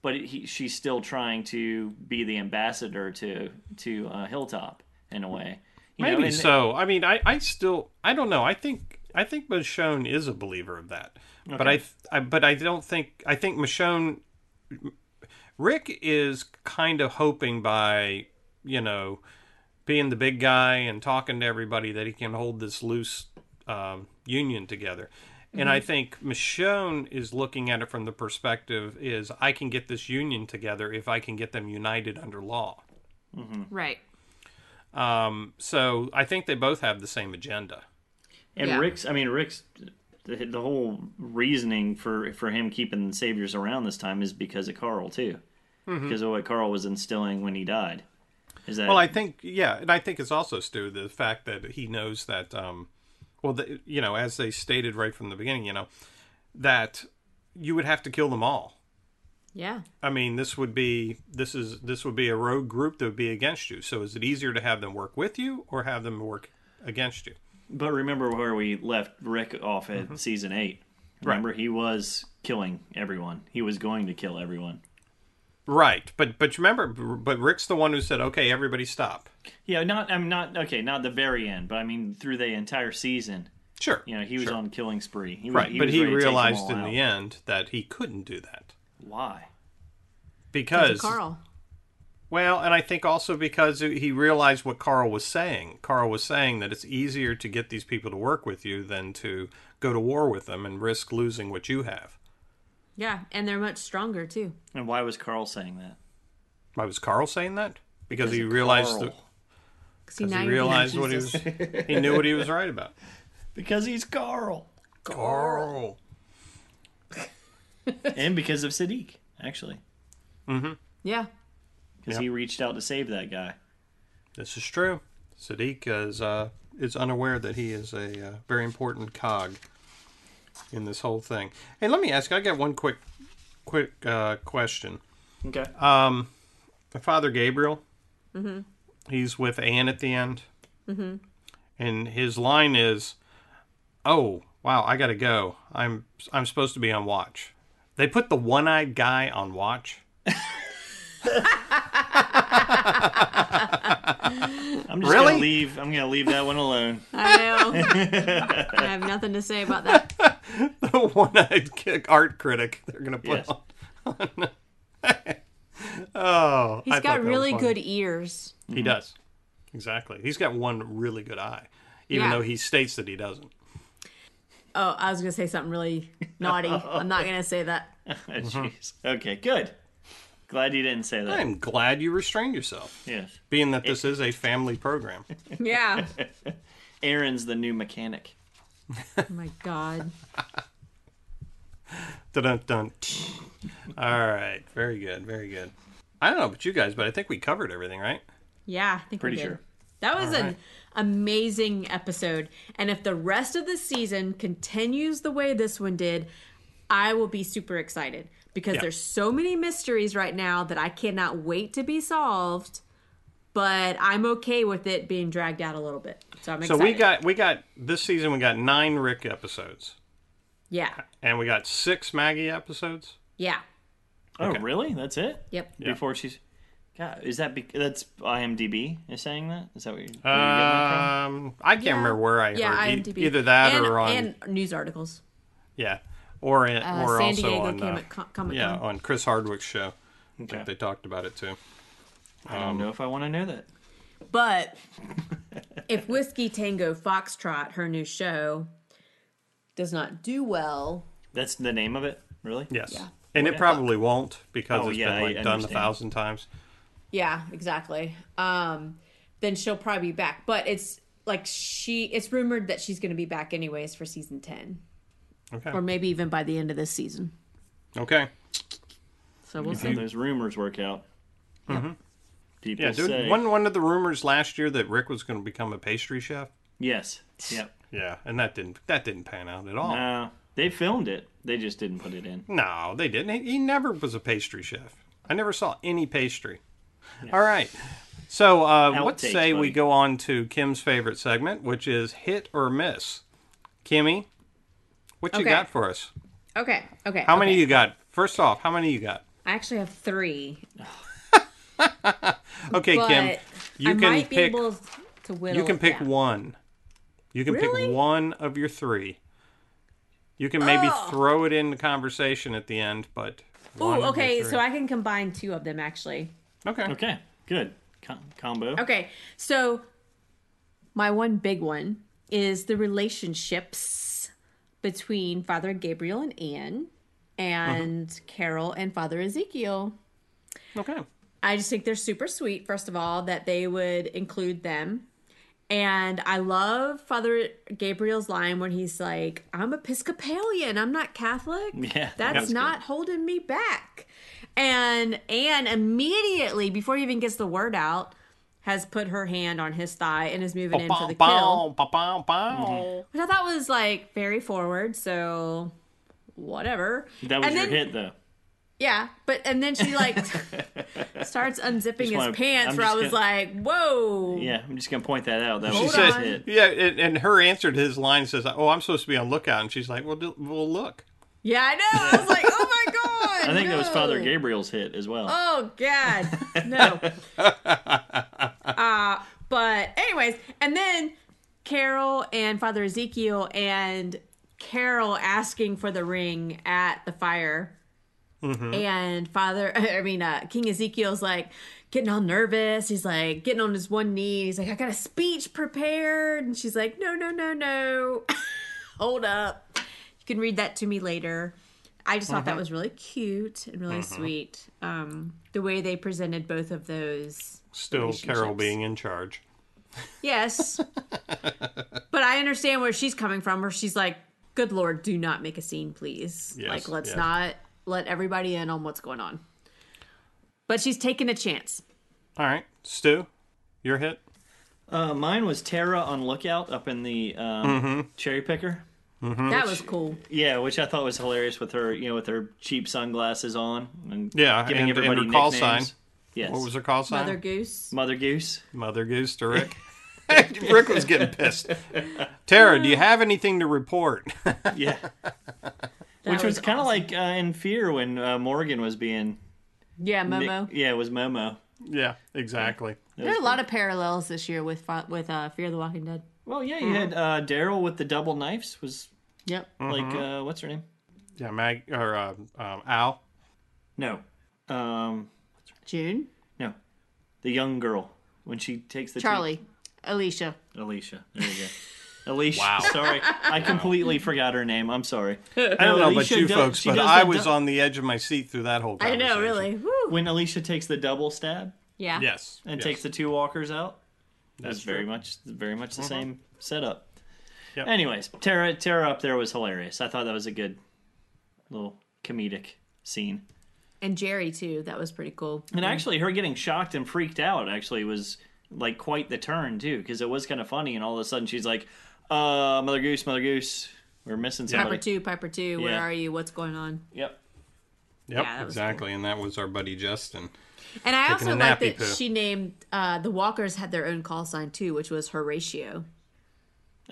[SPEAKER 7] but he, she's still trying to be the ambassador to to uh, Hilltop in a way. You know,
[SPEAKER 6] maybe
[SPEAKER 7] and-
[SPEAKER 6] so i mean i i still i don't know i think i think michonne is a believer of that but I, th- I but i don't think i think michonne rick is kind of hoping by you know being the big guy and talking to everybody that he can hold this loose um, union together. And I think Michonne is looking at it from the perspective is I can get this union together if I can get them united under law.
[SPEAKER 5] Right.
[SPEAKER 6] Um, so I think they both have the same agenda.
[SPEAKER 7] And
[SPEAKER 5] Yeah.
[SPEAKER 7] Rick's, I mean, Rick's, the, the whole reasoning for for him keeping the Saviors around this time is because of Carl too, because of what Carl was instilling when he died. Is that
[SPEAKER 6] Well, I think yeah, and I think it's also Stu the fact that he knows that um, well, the, you know, as they stated right from the beginning, you know, that you would have to kill them all.
[SPEAKER 5] Yeah.
[SPEAKER 6] I mean, this would be this is this would be a rogue group that would be against you. So is it easier to have them work with you or have them work against you?
[SPEAKER 7] But remember where we left Rick off at season eight. Remember, he was killing everyone. He was going to kill everyone.
[SPEAKER 6] Right, but but remember, but Rick's the one who said, "Okay, everybody stop."
[SPEAKER 7] Yeah, not I'm not okay, not the very end, but I mean through the entire season.
[SPEAKER 6] Sure,
[SPEAKER 7] You know, he was
[SPEAKER 6] sure.
[SPEAKER 7] on killing spree. He was-
[SPEAKER 6] right, but
[SPEAKER 7] was
[SPEAKER 6] he
[SPEAKER 7] ready to take them
[SPEAKER 6] realized
[SPEAKER 7] all
[SPEAKER 6] in
[SPEAKER 7] out.
[SPEAKER 6] the end that he couldn't do that
[SPEAKER 7] why.
[SPEAKER 5] Because
[SPEAKER 6] because
[SPEAKER 5] of Carl.
[SPEAKER 6] Well, and I think also because he realized what Carl was saying. Carl was saying that it's easier to get these people to work with you than to go to war with them and risk losing what you have.
[SPEAKER 5] Yeah. And they're much stronger too.
[SPEAKER 7] And why was Carl saying that?
[SPEAKER 6] Why was Carl saying that? Because he realized
[SPEAKER 7] Carl.
[SPEAKER 6] that
[SPEAKER 5] See,
[SPEAKER 6] Because
[SPEAKER 5] now
[SPEAKER 6] he
[SPEAKER 5] you're
[SPEAKER 6] realized
[SPEAKER 5] confused.
[SPEAKER 6] what he was. He knew what he was right about.
[SPEAKER 7] Because he's Carl.
[SPEAKER 6] Carl.
[SPEAKER 7] and because of Sadiq, actually,
[SPEAKER 5] Yeah.
[SPEAKER 7] because he reached out to save that guy.
[SPEAKER 6] This is true. Sadiq is uh, is unaware that he is a uh, very important cog in this whole thing. Hey, let me ask. you, I got one quick quick uh, question.
[SPEAKER 7] Okay.
[SPEAKER 6] Um, Father Gabriel.
[SPEAKER 5] Mm-hmm.
[SPEAKER 6] He's with Anne at the end, and his line is, "Oh wow, I gotta go. I'm I'm supposed to be on watch." They put the one-eyed guy on watch.
[SPEAKER 7] I'm just
[SPEAKER 6] Really?
[SPEAKER 7] gonna leave. I'm gonna leave that one alone.
[SPEAKER 5] I know. I have nothing to say about that.
[SPEAKER 6] the one-eyed kick art critic they're gonna put
[SPEAKER 7] Yes.
[SPEAKER 6] on. oh,
[SPEAKER 5] He's
[SPEAKER 6] I thought that
[SPEAKER 5] got
[SPEAKER 6] was
[SPEAKER 5] really
[SPEAKER 6] funny.
[SPEAKER 5] good ears.
[SPEAKER 6] He does exactly. He's got one really good eye, even
[SPEAKER 5] Yeah.
[SPEAKER 6] though he states that he doesn't.
[SPEAKER 5] Oh, I was gonna say something really naughty. I'm not gonna say that.
[SPEAKER 6] Mm-hmm.
[SPEAKER 7] Jeez. Okay. Good. Glad you didn't say that.
[SPEAKER 6] I'm glad you restrained yourself,
[SPEAKER 7] Yes.
[SPEAKER 6] being that this is a family program.
[SPEAKER 5] Yeah.
[SPEAKER 7] Aaron's the new mechanic.
[SPEAKER 5] Oh my god.
[SPEAKER 6] Dun dun. All right, very good, very good. I don't know about you guys, but I think we covered everything, right?
[SPEAKER 5] Yeah, I think we
[SPEAKER 7] Pretty
[SPEAKER 5] did.
[SPEAKER 7] sure.
[SPEAKER 5] That was an
[SPEAKER 6] right.
[SPEAKER 5] amazing episode. And if the rest of the season continues the way this one did, I will be super excited because
[SPEAKER 6] Yeah.
[SPEAKER 5] there's so many mysteries right now that I cannot wait to be solved. But I'm okay with it being dragged out a little bit. So I'm
[SPEAKER 6] So
[SPEAKER 5] excited.
[SPEAKER 6] we got we got this season we got nine Rick episodes,
[SPEAKER 5] Yeah.
[SPEAKER 6] and we got six Maggie episodes.
[SPEAKER 5] Yeah.
[SPEAKER 7] Oh,
[SPEAKER 6] Okay.
[SPEAKER 7] really? That's it?
[SPEAKER 5] Yep.
[SPEAKER 7] Before she's. God, is that be- that's IMDb is saying that? Is that what you're, where you're
[SPEAKER 6] Uh,
[SPEAKER 7] getting that
[SPEAKER 6] Um, I can't remember where I
[SPEAKER 5] Yeah,
[SPEAKER 6] heard e-
[SPEAKER 5] IMDb.
[SPEAKER 6] either that
[SPEAKER 5] and,
[SPEAKER 6] or on
[SPEAKER 5] and news articles.
[SPEAKER 6] yeah. or in,
[SPEAKER 5] Uh,
[SPEAKER 6] or
[SPEAKER 5] San
[SPEAKER 6] also
[SPEAKER 5] Diego
[SPEAKER 6] on uh,
[SPEAKER 5] Comic Con. Comic
[SPEAKER 6] yeah
[SPEAKER 5] Con.
[SPEAKER 6] on Chris Hardwick's show. I
[SPEAKER 7] Okay.
[SPEAKER 6] think they talked about it too.
[SPEAKER 7] I don't know if I want to know that.
[SPEAKER 5] But if Whiskey Tango Foxtrot, her new show, does not do well,
[SPEAKER 7] That's the name of it, really?
[SPEAKER 6] Yes,
[SPEAKER 5] Yeah.
[SPEAKER 6] and it probably won't because
[SPEAKER 7] Oh,
[SPEAKER 6] it's
[SPEAKER 7] yeah,
[SPEAKER 6] been
[SPEAKER 7] I
[SPEAKER 6] like done a
[SPEAKER 7] understand.
[SPEAKER 6] thousand times.
[SPEAKER 5] yeah, exactly. Um, then she'll probably be back. But it's like she, it's rumored that she's going to be back anyways for season ten,
[SPEAKER 6] Okay,
[SPEAKER 5] or maybe even by the end of this season.
[SPEAKER 6] okay,
[SPEAKER 5] So
[SPEAKER 6] Mm-hmm.
[SPEAKER 5] we'll
[SPEAKER 7] How
[SPEAKER 5] see.
[SPEAKER 7] those rumors work out. People
[SPEAKER 6] yeah. Dude,
[SPEAKER 7] say
[SPEAKER 6] one one of the rumors last year that Rick was going to become a pastry chef.
[SPEAKER 7] yes. Yep.
[SPEAKER 6] Yeah, and that didn't that didn't pan out at all.
[SPEAKER 7] Uh, they filmed it. They just didn't put it
[SPEAKER 5] Hmm.
[SPEAKER 7] in.
[SPEAKER 6] No, they didn't. He, he never was a pastry chef. I never saw any pastry. All right. So uh, let's
[SPEAKER 7] Outtakes,
[SPEAKER 6] say we
[SPEAKER 7] buddy.
[SPEAKER 6] go on to Kim's favorite segment, which is hit or miss. Kimmy, what you
[SPEAKER 5] Okay.
[SPEAKER 6] got for us?
[SPEAKER 5] Okay, okay.
[SPEAKER 6] How many
[SPEAKER 5] okay.
[SPEAKER 6] you got? First off, how many you got?
[SPEAKER 5] I actually have three.
[SPEAKER 6] Okay,
[SPEAKER 5] but
[SPEAKER 6] Kim, you
[SPEAKER 5] I
[SPEAKER 6] can
[SPEAKER 5] might be
[SPEAKER 6] pick.
[SPEAKER 5] able to whittle.
[SPEAKER 6] You can
[SPEAKER 5] it
[SPEAKER 6] pick
[SPEAKER 5] down.
[SPEAKER 6] one. You can
[SPEAKER 5] Really?
[SPEAKER 6] pick one of your three. You can maybe throw it in the conversation at the end, but. one of
[SPEAKER 5] Ooh,
[SPEAKER 6] your
[SPEAKER 5] okay, so
[SPEAKER 6] three.
[SPEAKER 5] I can combine two of them actually.
[SPEAKER 6] Okay.
[SPEAKER 5] Mm.
[SPEAKER 7] Okay. Good Com- combo.
[SPEAKER 5] Okay, so my one big one is the relationships between Father Gabriel and Anne and
[SPEAKER 6] Uh-huh.
[SPEAKER 5] Carol and Father Ezekiel.
[SPEAKER 6] Okay.
[SPEAKER 5] I just think they're super sweet, first of all, that they would include them. And I love Father Gabriel's line when he's like, I'm Episcopalian, I'm not Catholic.
[SPEAKER 7] Yeah, that
[SPEAKER 5] That's
[SPEAKER 7] was good.
[SPEAKER 5] not holding me back. And Anne immediately, before he even gets the word out, has put her hand on his thigh and is moving in for the kill.
[SPEAKER 6] Bow, bow, bow, bow.
[SPEAKER 5] Which I thought was like very forward, so whatever.
[SPEAKER 7] That was
[SPEAKER 5] and
[SPEAKER 7] your
[SPEAKER 5] then,
[SPEAKER 7] hit, though.
[SPEAKER 5] yeah, but and then she like starts unzipping
[SPEAKER 7] wanna-
[SPEAKER 5] his pants,
[SPEAKER 7] I'm
[SPEAKER 5] where I
[SPEAKER 7] just
[SPEAKER 5] was
[SPEAKER 7] gonna-
[SPEAKER 5] like, "Whoa!"
[SPEAKER 7] Yeah, I'm just gonna point that out. That
[SPEAKER 6] She
[SPEAKER 7] was
[SPEAKER 6] says,
[SPEAKER 7] his hit.
[SPEAKER 5] Mm-hmm.
[SPEAKER 6] "Yeah," and, and her answer to his line says, "Oh, I'm supposed to be on lookout," and she's like, "Well, do, well, look."
[SPEAKER 5] Yeah, I know. I was like, "Oh my god!"
[SPEAKER 7] I think that was
[SPEAKER 5] no."
[SPEAKER 7] Father Gabriel's hit as well.
[SPEAKER 5] Oh god, no. uh, but anyways, and then Carol and Father Ezekiel and Carol asking for the ring at the fire. And Father, I mean, uh, King Ezekiel's like getting all nervous. He's like getting on his one knee. He's like, I got a speech prepared. And she's like, No, no, no, no. Hold up. You can read that to me later. I just thought that was really cute and really sweet. Um, the way they presented both of those.
[SPEAKER 6] Still, Carol
[SPEAKER 5] Relationships.
[SPEAKER 6] being in charge.
[SPEAKER 5] Yes. but I understand where she's coming from, where she's like, good Lord, do not make a scene, please.
[SPEAKER 6] Yes,
[SPEAKER 5] like, let's
[SPEAKER 6] yes.
[SPEAKER 5] not let everybody in on what's going on. But she's taking a chance.
[SPEAKER 6] All right, Stu, your hit.
[SPEAKER 7] Uh, mine was Tara on lookout up in the um,
[SPEAKER 6] Mm-hmm.
[SPEAKER 7] cherry picker.
[SPEAKER 5] That was cool.
[SPEAKER 7] Yeah, which I thought was hilarious with her, you know, with her cheap sunglasses on and
[SPEAKER 6] Yeah,
[SPEAKER 7] giving
[SPEAKER 6] and- and
[SPEAKER 7] everybody
[SPEAKER 6] her call
[SPEAKER 7] nicknames.
[SPEAKER 6] sign.
[SPEAKER 7] Yes,
[SPEAKER 6] What was her call sign?
[SPEAKER 5] Mother Goose.
[SPEAKER 7] Mother Goose.
[SPEAKER 6] Mother Goose to Rick. Rick was getting pissed. Tara, do you have anything to report?
[SPEAKER 7] Yeah,
[SPEAKER 5] That
[SPEAKER 7] which was, kind of like uh, in Fear when uh, Morgan was being
[SPEAKER 5] Yeah,
[SPEAKER 7] nick-
[SPEAKER 5] Momo.
[SPEAKER 7] yeah, it was Momo.
[SPEAKER 6] yeah, exactly.
[SPEAKER 5] there are a lot of parallels this year with fi- with uh, Fear the Walking Dead.
[SPEAKER 7] Well, yeah, you
[SPEAKER 5] Mm-hmm.
[SPEAKER 7] had uh, Daryl with the double knives. Was
[SPEAKER 5] Yep.
[SPEAKER 7] like
[SPEAKER 6] Mm-hmm.
[SPEAKER 7] uh, what's her name?
[SPEAKER 6] Yeah, Mag or uh, um, Al.
[SPEAKER 7] No, um,
[SPEAKER 5] June.
[SPEAKER 7] no, the young girl when she takes the
[SPEAKER 5] Charlie. Alicia.
[SPEAKER 7] Alicia. There you go. Alicia.
[SPEAKER 6] Wow.
[SPEAKER 7] Sorry. I completely forgot her name. I'm sorry.
[SPEAKER 6] I don't know about
[SPEAKER 7] Alicia
[SPEAKER 6] you
[SPEAKER 7] does-
[SPEAKER 6] folks,
[SPEAKER 7] she
[SPEAKER 6] but
[SPEAKER 7] does
[SPEAKER 6] I
[SPEAKER 7] the
[SPEAKER 6] was
[SPEAKER 7] du-
[SPEAKER 6] on the edge of my seat through that whole.
[SPEAKER 5] I know,
[SPEAKER 6] conversation.
[SPEAKER 5] really. Woo.
[SPEAKER 7] When Alicia takes the double stab
[SPEAKER 5] Yeah.
[SPEAKER 6] Yes.
[SPEAKER 7] and
[SPEAKER 6] yes.
[SPEAKER 7] takes the two walkers out. That's
[SPEAKER 6] true. Mm-hmm.
[SPEAKER 7] very much very much the same setup.
[SPEAKER 6] Yep.
[SPEAKER 7] Anyways, Tara Tara up there was hilarious. I thought that was a good little comedic scene.
[SPEAKER 5] And Jerry too. That was pretty cool.
[SPEAKER 7] And actually, her getting shocked and freaked out actually was like quite the turn too, because it was kind of funny. And all of a sudden, she's like, "Uh, Mother Goose, Mother Goose, we're missing
[SPEAKER 5] Piper
[SPEAKER 7] somebody."
[SPEAKER 5] two, Piper two. Where
[SPEAKER 7] Yeah.
[SPEAKER 5] are you? What's going on?
[SPEAKER 7] Yep.
[SPEAKER 6] Yep,
[SPEAKER 5] Yeah, that was
[SPEAKER 6] exactly. And that was our buddy Justin.
[SPEAKER 5] And I
[SPEAKER 6] Taking
[SPEAKER 5] also
[SPEAKER 6] a
[SPEAKER 5] like that
[SPEAKER 6] nappy poo.
[SPEAKER 5] she named uh, the Walkers had their own call sign too, which was Horatio.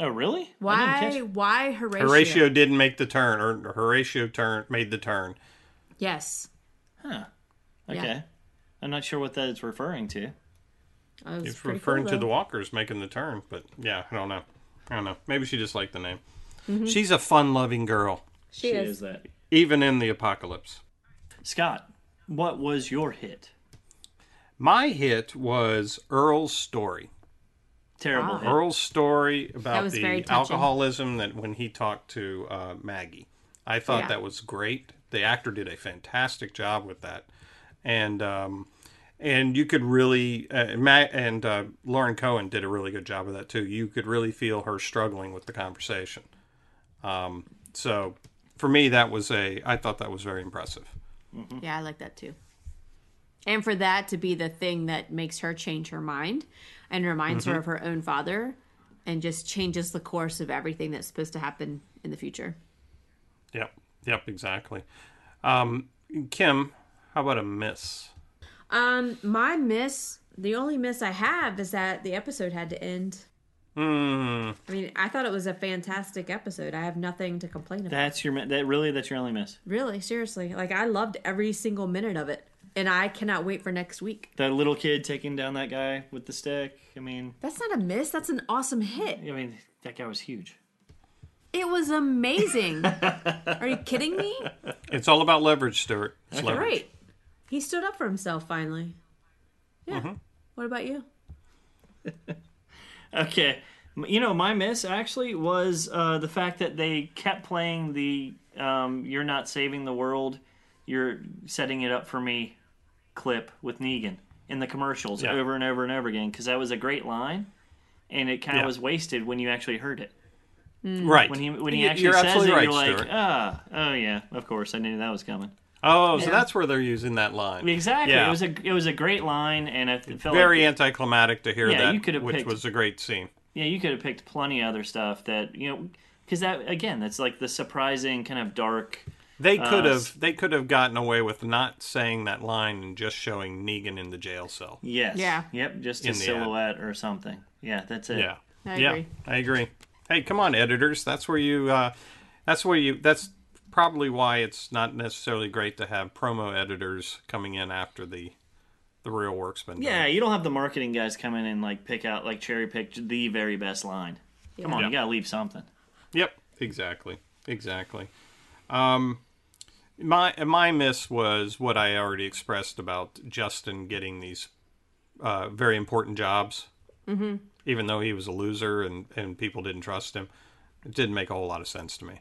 [SPEAKER 7] Oh, really? I didn't
[SPEAKER 5] Why?
[SPEAKER 7] catch-
[SPEAKER 5] Why Horatio?
[SPEAKER 6] Horatio didn't make the turn, or Horatio turn made the turn.
[SPEAKER 5] Yes.
[SPEAKER 7] Huh.
[SPEAKER 5] Yeah.
[SPEAKER 7] Okay. I'm not sure what that is referring to.
[SPEAKER 5] I was
[SPEAKER 6] It's
[SPEAKER 5] pretty
[SPEAKER 6] referring
[SPEAKER 5] cool,
[SPEAKER 6] to
[SPEAKER 5] though.
[SPEAKER 6] the Walkers making the
[SPEAKER 5] Mm-hmm.
[SPEAKER 6] turn, but yeah, I don't know. I don't know. Maybe she just liked the name. She's a fun-loving girl.
[SPEAKER 5] She, is.
[SPEAKER 7] that.
[SPEAKER 6] even in the apocalypse.
[SPEAKER 7] Scott, what was your hit?
[SPEAKER 6] My hit was Earl's story.
[SPEAKER 7] Terrible
[SPEAKER 5] Ah.
[SPEAKER 7] hit.
[SPEAKER 6] Earl's story about
[SPEAKER 5] was very
[SPEAKER 6] the
[SPEAKER 5] touching.
[SPEAKER 6] alcoholism that when he talked to uh, Maggie. I thought
[SPEAKER 5] Yeah.
[SPEAKER 6] that was great. The actor did a fantastic job with that, and um, and you could really uh, Matt and uh, Lauren Cohen did a really good job of that too. You could really feel her struggling with the conversation. Um, so for me, that was a I thought that was very impressive.
[SPEAKER 5] Yeah, I like that too. And for that to be the thing that makes her change her mind and reminds
[SPEAKER 6] Mm-hmm.
[SPEAKER 5] her of her own father and just changes the course of everything that's supposed to happen in the future.
[SPEAKER 6] Yep, yep, exactly. Um, Kim, how about a miss?
[SPEAKER 5] Um, my miss, the only miss I have is that the episode had to end.
[SPEAKER 6] Hmm.
[SPEAKER 5] I mean, I thought it was a fantastic episode. I have nothing to complain about.
[SPEAKER 7] That's your mi- that really that's your only miss.
[SPEAKER 5] Really, seriously. Like I loved every single minute of it. And I cannot wait for next week.
[SPEAKER 7] That little kid taking down that guy with the stick. I mean,
[SPEAKER 5] That's not a miss. That's an awesome hit.
[SPEAKER 7] I mean that guy was huge.
[SPEAKER 5] It was amazing. Are you kidding me?
[SPEAKER 6] It's all about leverage, Stuart. It's leverage.
[SPEAKER 5] Great. He stood up for himself finally. Yeah. What about you?
[SPEAKER 7] Okay. M- You know, my miss actually was uh, the fact that they kept playing the um, "You're not saving the world, you're setting it up for me" clip with Negan in the commercials
[SPEAKER 6] Yeah.
[SPEAKER 7] over and over and over again because that was a great line, and it kind of
[SPEAKER 6] Yeah.
[SPEAKER 7] was wasted when you actually heard it.
[SPEAKER 6] Right.
[SPEAKER 7] When he when he
[SPEAKER 6] You-
[SPEAKER 7] actually
[SPEAKER 6] you're
[SPEAKER 7] says
[SPEAKER 6] absolutely
[SPEAKER 7] it,
[SPEAKER 6] right,
[SPEAKER 7] you're like,
[SPEAKER 6] Stuart.
[SPEAKER 7] ah, oh yeah, of course, I knew that was coming.
[SPEAKER 6] Oh, so that's where they're using that line.
[SPEAKER 7] Exactly.
[SPEAKER 6] Yeah.
[SPEAKER 7] It was a it was a great line, and I felt
[SPEAKER 6] Very
[SPEAKER 7] like,
[SPEAKER 6] anticlimactic to hear
[SPEAKER 7] Yeah,
[SPEAKER 6] that,
[SPEAKER 7] you could've
[SPEAKER 6] which
[SPEAKER 7] picked-
[SPEAKER 6] was a great scene.
[SPEAKER 7] Yeah, you could have picked plenty of other stuff that you know, because that again, that's like the surprising kind of dark.
[SPEAKER 6] They could
[SPEAKER 7] Uh,
[SPEAKER 6] have they could have gotten away with not saying that line and just showing Negan in the jail cell.
[SPEAKER 7] Yes.
[SPEAKER 5] Yeah.
[SPEAKER 7] Yep. Just
[SPEAKER 6] In
[SPEAKER 7] a
[SPEAKER 6] the ad.
[SPEAKER 7] silhouette or something. Yeah, that's it.
[SPEAKER 6] Yeah.
[SPEAKER 5] I
[SPEAKER 6] yeah.
[SPEAKER 5] agree.
[SPEAKER 6] I agree. Hey, come on, editors. That's where you. Uh, that's where you. That's probably why it's not necessarily great to have promo editors coming in after the the real work's been done.
[SPEAKER 7] Yeah, you don't have the marketing guys come in and like pick out like cherry pick the very best line. Come on,
[SPEAKER 6] Yeah.
[SPEAKER 7] you gotta leave something.
[SPEAKER 6] Yep, exactly, exactly. Um, my my miss was what I already expressed about Justin getting these uh, very important jobs, mm-hmm. even though he was a loser and and people didn't trust him. It didn't make a whole lot of sense to me,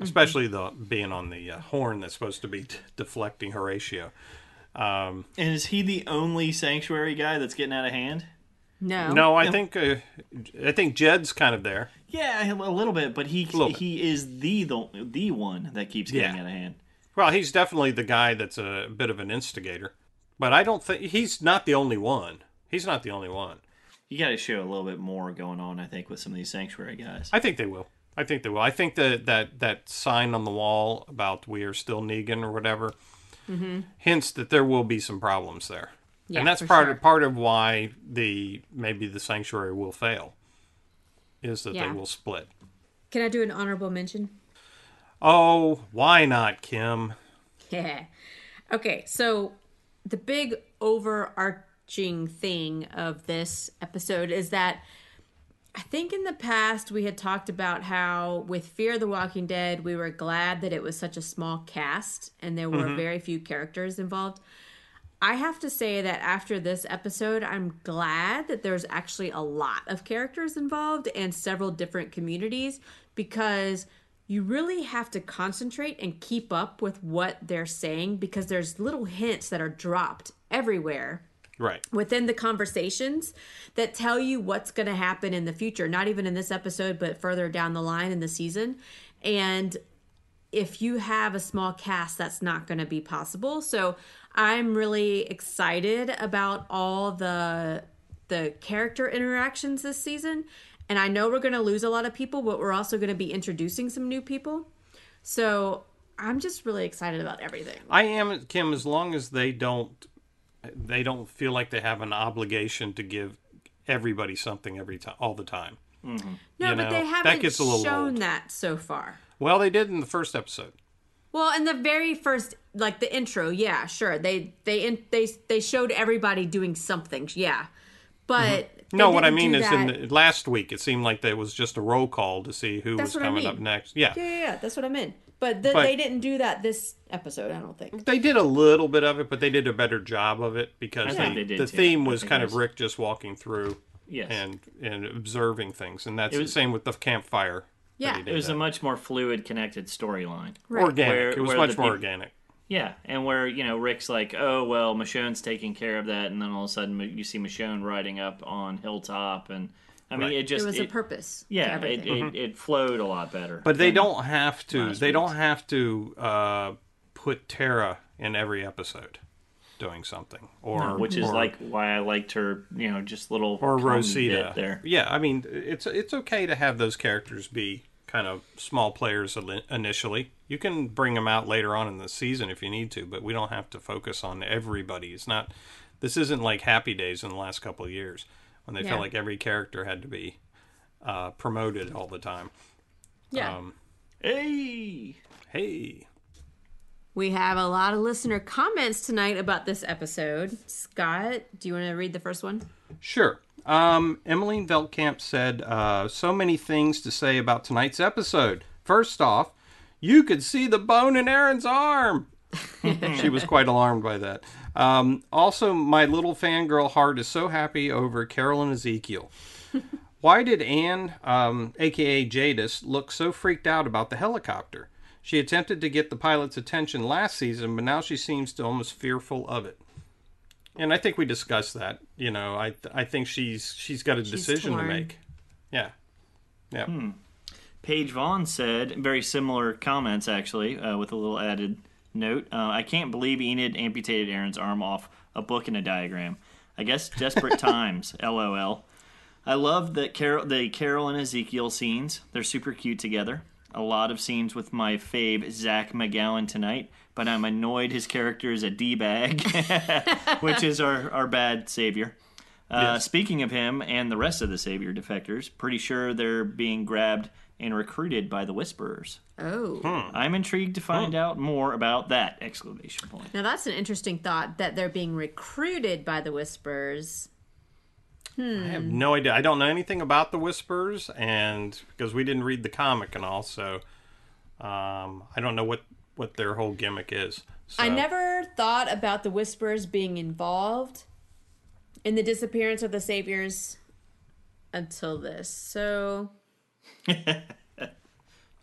[SPEAKER 6] especially the being on the uh, horn that's supposed to be t- deflecting Horatio. Um,
[SPEAKER 7] And is he the only sanctuary guy that's getting out of hand?
[SPEAKER 5] No.
[SPEAKER 6] no, I think uh, I think Jed's kind of there.
[SPEAKER 7] Yeah, a little bit, but he
[SPEAKER 6] Little bit.
[SPEAKER 7] he is the, the the one that keeps getting
[SPEAKER 6] Yeah.
[SPEAKER 7] out of hand.
[SPEAKER 6] Well, he's definitely the guy that's a bit of an instigator, but I don't think he's not the only one. He's not the only one.
[SPEAKER 7] You got to show a little bit more going on, I think, with some of these sanctuary guys.
[SPEAKER 6] I think they will. I think they will. I think that that that sign on the wall about we are still Negan or whatever hints that there will be some problems there,
[SPEAKER 5] Mm-hmm. Yeah,
[SPEAKER 6] and that's
[SPEAKER 5] for
[SPEAKER 6] part
[SPEAKER 5] sure.
[SPEAKER 6] of, part of why the maybe the sanctuary will fail, is that
[SPEAKER 5] Yeah.
[SPEAKER 6] they will split.
[SPEAKER 5] Can I do an honorable mention?
[SPEAKER 6] Oh, why not, Kim?
[SPEAKER 5] Yeah. Okay, so the big overarching thing of this episode is that I think in the past we had talked about how with Fear the Walking Dead we were glad that it was such a small cast and there were very few characters involved. I have to say that after this episode, I'm glad that there's actually a lot of characters involved and several different communities because you really have to concentrate and keep up with what they're saying because there's little hints that are dropped everywhere
[SPEAKER 6] Right.
[SPEAKER 5] within the conversations that tell you what's going to happen in the future, not even in this episode, but further down the line in the season. And if you have a small cast, that's not going to be possible. So I'm really excited about all the the character interactions this season. And I know we're going to lose a lot of people, but we're also going to be introducing some new people. So I'm just really excited about everything.
[SPEAKER 6] I am Kim. As long as they don't, they don't feel like they have an obligation to give everybody something every time, all the time.
[SPEAKER 5] No,
[SPEAKER 6] You
[SPEAKER 5] but
[SPEAKER 6] know,
[SPEAKER 5] they
[SPEAKER 6] that
[SPEAKER 5] haven't
[SPEAKER 6] gets a little
[SPEAKER 5] shown
[SPEAKER 6] old.
[SPEAKER 5] that so far.
[SPEAKER 6] Well, they did in the first episode.
[SPEAKER 5] Well, in the very first, like the intro, yeah, sure. They they in, they they showed everybody doing something, yeah. But
[SPEAKER 6] Mm-hmm. No, what I mean is in the, last week it seemed like there was just a roll call to see who
[SPEAKER 5] That's
[SPEAKER 6] was
[SPEAKER 5] what I
[SPEAKER 6] coming
[SPEAKER 5] mean.
[SPEAKER 6] up next. Yeah.
[SPEAKER 5] yeah, yeah, yeah, that's what I meant. But, the,
[SPEAKER 6] But- Mm-hmm.
[SPEAKER 5] they didn't do that this episode, I don't think.
[SPEAKER 6] They did a little bit of it, but they did a better job of it because
[SPEAKER 7] I think
[SPEAKER 6] they-
[SPEAKER 7] they did
[SPEAKER 6] the
[SPEAKER 7] too.
[SPEAKER 6] theme
[SPEAKER 7] I
[SPEAKER 6] was
[SPEAKER 7] think
[SPEAKER 6] kind
[SPEAKER 7] it
[SPEAKER 6] of
[SPEAKER 7] was-
[SPEAKER 6] Rick just walking through
[SPEAKER 7] Yes.
[SPEAKER 6] and and observing things, and that's
[SPEAKER 7] It
[SPEAKER 6] the
[SPEAKER 7] was-
[SPEAKER 6] same with the campfire. that
[SPEAKER 5] Yeah.
[SPEAKER 6] he did
[SPEAKER 7] It was a
[SPEAKER 6] that.
[SPEAKER 7] much more fluid, connected storyline.
[SPEAKER 6] organic.
[SPEAKER 7] Where-
[SPEAKER 6] it was
[SPEAKER 7] where
[SPEAKER 6] much
[SPEAKER 7] the
[SPEAKER 6] more
[SPEAKER 7] peop-
[SPEAKER 6] organic.
[SPEAKER 7] Yeah, and where you know Rick's like, "Oh well, Michonne's taking care of that," and then all of a sudden you see Michonne riding up on hilltop, and I mean,
[SPEAKER 6] Right. Mm-hmm.
[SPEAKER 7] it just
[SPEAKER 5] There was a
[SPEAKER 7] it-
[SPEAKER 5] purpose. to
[SPEAKER 7] Yeah, it,
[SPEAKER 5] everything.
[SPEAKER 7] it, it flowed a lot better.
[SPEAKER 6] But they
[SPEAKER 7] than-
[SPEAKER 6] don't have to.
[SPEAKER 7] last
[SPEAKER 6] They
[SPEAKER 7] week's.
[SPEAKER 6] don't have to uh, put Tara in every episode doing something, or
[SPEAKER 7] which is
[SPEAKER 6] or-
[SPEAKER 7] like why I liked her, you know, just little
[SPEAKER 6] or
[SPEAKER 7] cum
[SPEAKER 6] Rosita.
[SPEAKER 7] bit there.
[SPEAKER 6] Yeah, I mean, it's it's okay to have those characters be kind of small players ali- initially. You can bring them out later on in the season if you need to, but we don't have to focus on everybody. It's not. This isn't like Happy Days in the last couple of years when they
[SPEAKER 5] Yeah.
[SPEAKER 6] felt like every character had to be uh, promoted all the time.
[SPEAKER 5] yeah.
[SPEAKER 6] Um,
[SPEAKER 7] Hey,
[SPEAKER 6] Hey,
[SPEAKER 5] we have a lot of listener comments tonight about this episode. Scott, do you want to read the first one?
[SPEAKER 6] Sure. Um, Emmeline Veltkamp said uh, so many things to say about tonight's episode. First off, you could see the bone in Aaron's arm. she was quite alarmed by that. Um, also, my little fangirl heart is so happy over Carolyn Ezekiel. Why did Anne, um, aka Jadis, look so freaked out about the helicopter? She attempted to get the pilot's attention last season, but now she seems to almost fearful of it. And I think we discussed that. You know, I I think she's she's got a decision
[SPEAKER 5] torn.
[SPEAKER 6] to make. Yeah, yeah.
[SPEAKER 7] Paige Vaughn said very similar comments actually, uh, with a little added note. Uh, I can't believe Enid amputated Aaron's arm off a book and a diagram. I guess desperate times. LOL. I love that Carol, the Carol and Ezekiel scenes. They're super cute together. A lot of scenes with my fave Zach McGowan tonight, but I'm annoyed his character is a d bag, which is our our bad savior. Uh, Speaking of him and the rest of the Savior defectors, pretty sure they're being grabbed and recruited by the Whisperers.
[SPEAKER 5] Oh.
[SPEAKER 6] Hmm.
[SPEAKER 7] I'm intrigued to find out more about that! Exclamation point.
[SPEAKER 5] Now that's an interesting thought that they're being recruited by the Whispers.
[SPEAKER 6] I have no idea. I don't know anything about the whispers, and because we didn't read the comic and all, so um, I don't know what what their whole gimmick is. So,
[SPEAKER 5] I never thought about the Whispers being involved in the disappearance of the Saviors until this. So
[SPEAKER 7] You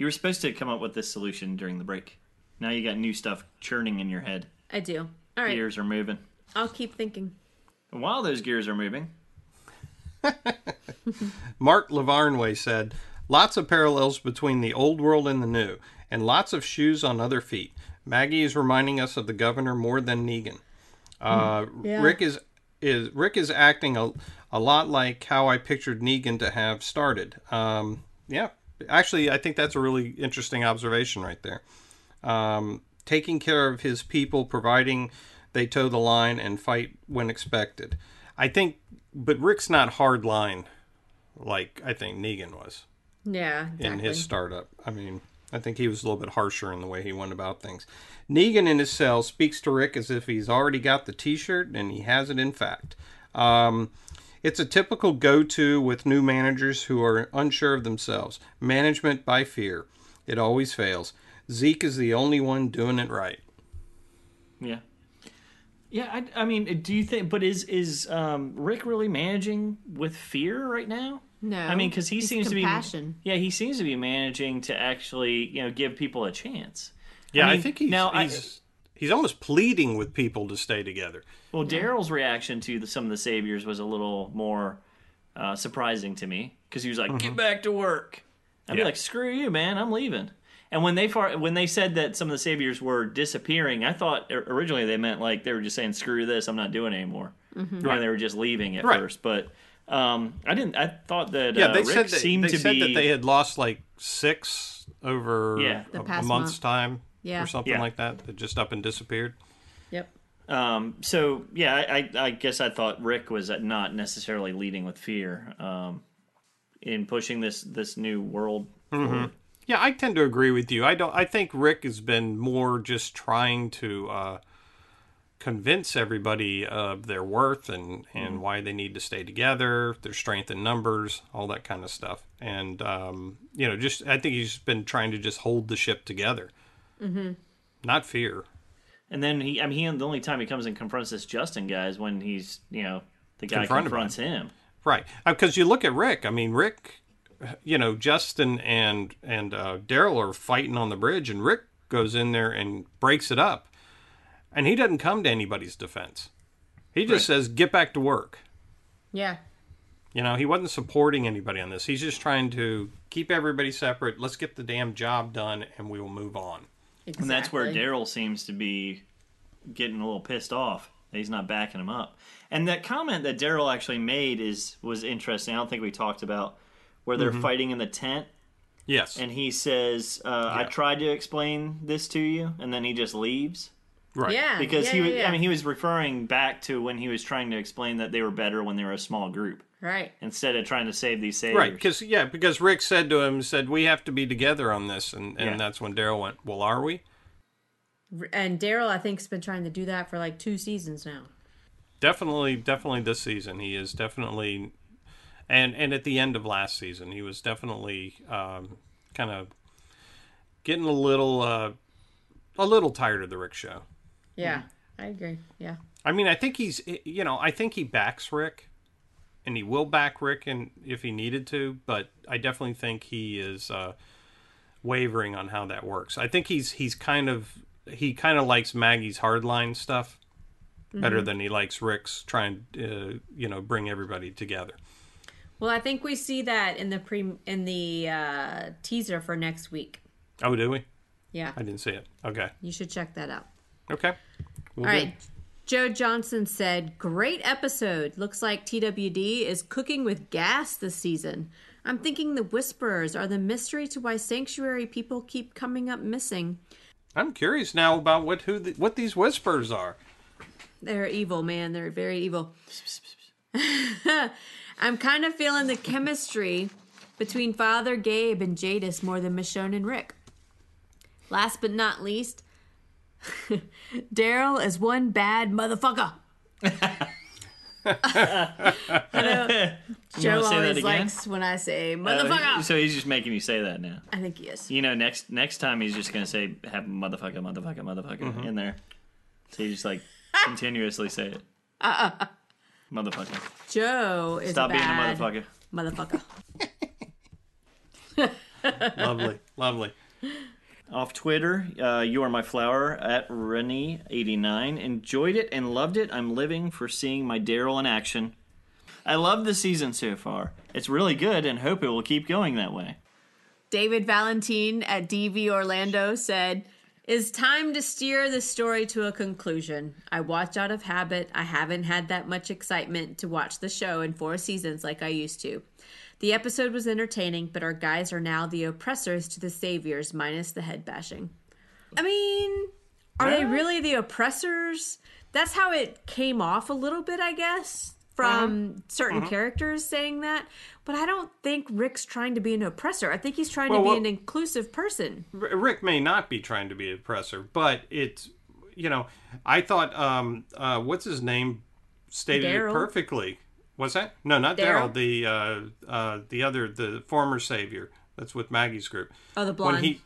[SPEAKER 7] were supposed to come up with this solution during the break. Now you got new stuff churning in your head.
[SPEAKER 5] I do. All right.
[SPEAKER 7] Gears are moving.
[SPEAKER 5] I'll keep thinking.
[SPEAKER 7] And while those gears are moving,
[SPEAKER 6] Mark Lavarnway said, "Lots of parallels between the old world and the new, and lots of shoes on other feet." Maggie is reminding us of the governor more than Negan. Uh, Rick is is Rick is acting a a lot like how I pictured Negan to have started. Um, yeah, actually, I think that's a really interesting observation right there. Um, taking care of his people, providing they toe the line and fight when expected. I think, but Rick's not hard line like I think Negan was
[SPEAKER 5] Yeah,
[SPEAKER 6] in
[SPEAKER 5] exactly.
[SPEAKER 6] his startup. I mean, I think he was a little bit harsher in the way he went about things. Negan in his cell speaks to Rick as if he's already got the T-shirt, and he has it. In fact, um, it's a typical go-to with new managers who are unsure of themselves. Management by fear, it always fails. Zeke is the only one doing it right.
[SPEAKER 7] yeah, yeah. I, I mean, do you think? But is is um, Rick really managing with fear right now?
[SPEAKER 5] No,
[SPEAKER 7] I mean, because he
[SPEAKER 5] it's
[SPEAKER 7] seems
[SPEAKER 5] compassion.
[SPEAKER 7] to be. Yeah, he seems to be managing to actually, you know, give people a chance.
[SPEAKER 6] Yeah, I,
[SPEAKER 7] mean,
[SPEAKER 6] think he's
[SPEAKER 7] now I-
[SPEAKER 6] he's he's almost pleading with people to stay together.
[SPEAKER 7] Well, Daryl's reaction to the, some of the saviors was a little more uh, surprising to me because he was like, "Get back to work." I'd be
[SPEAKER 6] Mm-hmm. Yeah.
[SPEAKER 7] like, "Screw you, man! I'm leaving." And when they far, when they said that some of the saviors were disappearing, I thought or- originally they meant like they were just saying, "Screw this! I'm not doing it anymore." You know, they were just leaving at
[SPEAKER 6] Mm-hmm. Right.
[SPEAKER 7] first, but um, I didn't. I thought that
[SPEAKER 6] Yeah,
[SPEAKER 7] uh,
[SPEAKER 6] they
[SPEAKER 7] Rick
[SPEAKER 6] said that,
[SPEAKER 7] seemed
[SPEAKER 6] they
[SPEAKER 7] to
[SPEAKER 6] said
[SPEAKER 7] be
[SPEAKER 6] that they had lost like six over
[SPEAKER 7] Yeah.
[SPEAKER 5] The
[SPEAKER 6] a, a
[SPEAKER 5] past
[SPEAKER 6] month's
[SPEAKER 5] month.
[SPEAKER 6] time
[SPEAKER 5] Yeah.
[SPEAKER 6] or something
[SPEAKER 7] Yeah.
[SPEAKER 6] like that. That just up and disappeared.
[SPEAKER 5] Yep.
[SPEAKER 7] Um, so yeah, I, I, I guess I thought Rick was not necessarily leading with fear um, in pushing this this new world. forward.
[SPEAKER 6] Yeah, I tend to agree with you. I don't. I think Rick has been more just trying to uh, convince everybody of their worth and and why they need to stay together, their strength in numbers, all that kind of stuff. And um, you know, just I think he's been trying to just hold the ship together
[SPEAKER 5] Mm-hmm.
[SPEAKER 6] Not fear.
[SPEAKER 7] And then he, I mean, he, the only time he comes and confronts this Justin guy is when he's, you know, the guy
[SPEAKER 6] Confronted by
[SPEAKER 7] confronts him.
[SPEAKER 6] Right. Because you look at Rick. I mean, Rick, you know, Justin and and uh, Daryl are fighting on the bridge, and Rick goes in there and breaks it up, and he doesn't come to anybody's defense. He just says, "Get back to work."
[SPEAKER 5] Yeah.
[SPEAKER 6] You know, he wasn't supporting anybody on this. He's just trying to keep everybody separate. Let's get the damn job done, and we will move on.
[SPEAKER 5] Exactly.
[SPEAKER 7] And that's where Daryl seems to be getting a little pissed off. that He's not backing him up. And that comment that Daryl actually made is was interesting. I don't think we talked about where they're fighting in the tent,
[SPEAKER 6] Yes.
[SPEAKER 7] and he says, uh, "I tried to explain this to you," and then he just leaves
[SPEAKER 6] right.
[SPEAKER 5] Yeah.
[SPEAKER 7] because
[SPEAKER 5] yeah,
[SPEAKER 7] he
[SPEAKER 5] yeah,
[SPEAKER 7] was.
[SPEAKER 5] yeah.
[SPEAKER 7] I mean, he was referring back to when he was trying to explain that they were better when they were a small group
[SPEAKER 5] Right.
[SPEAKER 7] instead of trying to save these saviors.
[SPEAKER 6] Right, because yeah, because Rick said to him, said we have to be together on this, and, and
[SPEAKER 7] Yeah.
[SPEAKER 6] that's when Daryl went, well, are we?
[SPEAKER 5] And Daryl, I think, has been trying to do that for like two seasons now.
[SPEAKER 6] Definitely, definitely this season he is definitely, and and at the end of last season he was definitely um, kind of getting a little uh, a little tired of the Rick show.
[SPEAKER 5] Yeah.
[SPEAKER 7] Hmm.
[SPEAKER 5] I agree. Yeah.
[SPEAKER 6] I mean, I think he's eh, you know I think he backs Rick, and he will back Rick, and if he needed to, but I definitely think he is uh, wavering on how that works. I think he's he's kind of he kind of likes Maggie's hardline stuff better than he likes Rick's trying to uh, you know bring everybody together.
[SPEAKER 5] Well, I think we see that in the pre in the uh, teaser for next week.
[SPEAKER 6] Oh, do we?
[SPEAKER 5] Yeah,
[SPEAKER 6] I didn't see it. Okay,
[SPEAKER 5] you should check that out.
[SPEAKER 6] okay. We'll
[SPEAKER 5] All
[SPEAKER 6] do.
[SPEAKER 5] right. Joe Johnson said, "Great episode. Looks like TWD is cooking with gas this season. I'm thinking the whisperers are the mystery to why sanctuary people keep coming up missing.
[SPEAKER 6] I'm curious now about what who the, what these whispers are.
[SPEAKER 5] They're evil, man. They're very evil. I'm kind of feeling the chemistry between Father Gabe and Jadis more than Michonne and Rick. Last but not least, Daryl is one bad motherfucker. I know Joe
[SPEAKER 7] wanna say that
[SPEAKER 5] always
[SPEAKER 7] again?
[SPEAKER 5] likes when I say
[SPEAKER 7] Oh,
[SPEAKER 5] motherfucker.
[SPEAKER 7] so he's just making you say that now.
[SPEAKER 5] I think he is.
[SPEAKER 7] You know, next next time he's just gonna say have motherfucker, motherfucker, motherfucker in there. So you just like continuously say it. motherfucker.
[SPEAKER 5] Joe is
[SPEAKER 7] Stop
[SPEAKER 5] a
[SPEAKER 7] being a
[SPEAKER 5] bad
[SPEAKER 7] motherfucker.
[SPEAKER 5] motherfucker.
[SPEAKER 6] lovely, lovely.
[SPEAKER 7] Off Twitter, uh, you are my flower at Rennie89. Enjoyed it and loved it. I'm living for seeing my Daryl in action. I love the season so far. It's really good and hope it will keep going that way.
[SPEAKER 5] David Valentine at DV Orlando said, "Is time to steer the story to a conclusion. I watch out of habit. I haven't had that much excitement to watch the show in four seasons like I used to. The episode was entertaining, but our guys are now the oppressors to the saviors, minus the head bashing. I mean, are they really the oppressors? That's how it came off a little bit, I guess, from certain
[SPEAKER 6] Uh-huh.
[SPEAKER 5] characters saying that. But I don't think Rick's trying to be an oppressor. I think he's trying
[SPEAKER 6] Well,
[SPEAKER 5] to be
[SPEAKER 6] what-
[SPEAKER 5] an inclusive person.
[SPEAKER 6] R- Rick may not be trying to be an oppressor, but it's you know I thought um uh what's his name stated
[SPEAKER 5] Daryl.
[SPEAKER 6] it perfectly. Was that no not
[SPEAKER 5] Daryl.
[SPEAKER 6] Daryl the uh uh the other the former savior that's with Maggie's group
[SPEAKER 5] Oh, the blonde,
[SPEAKER 6] when he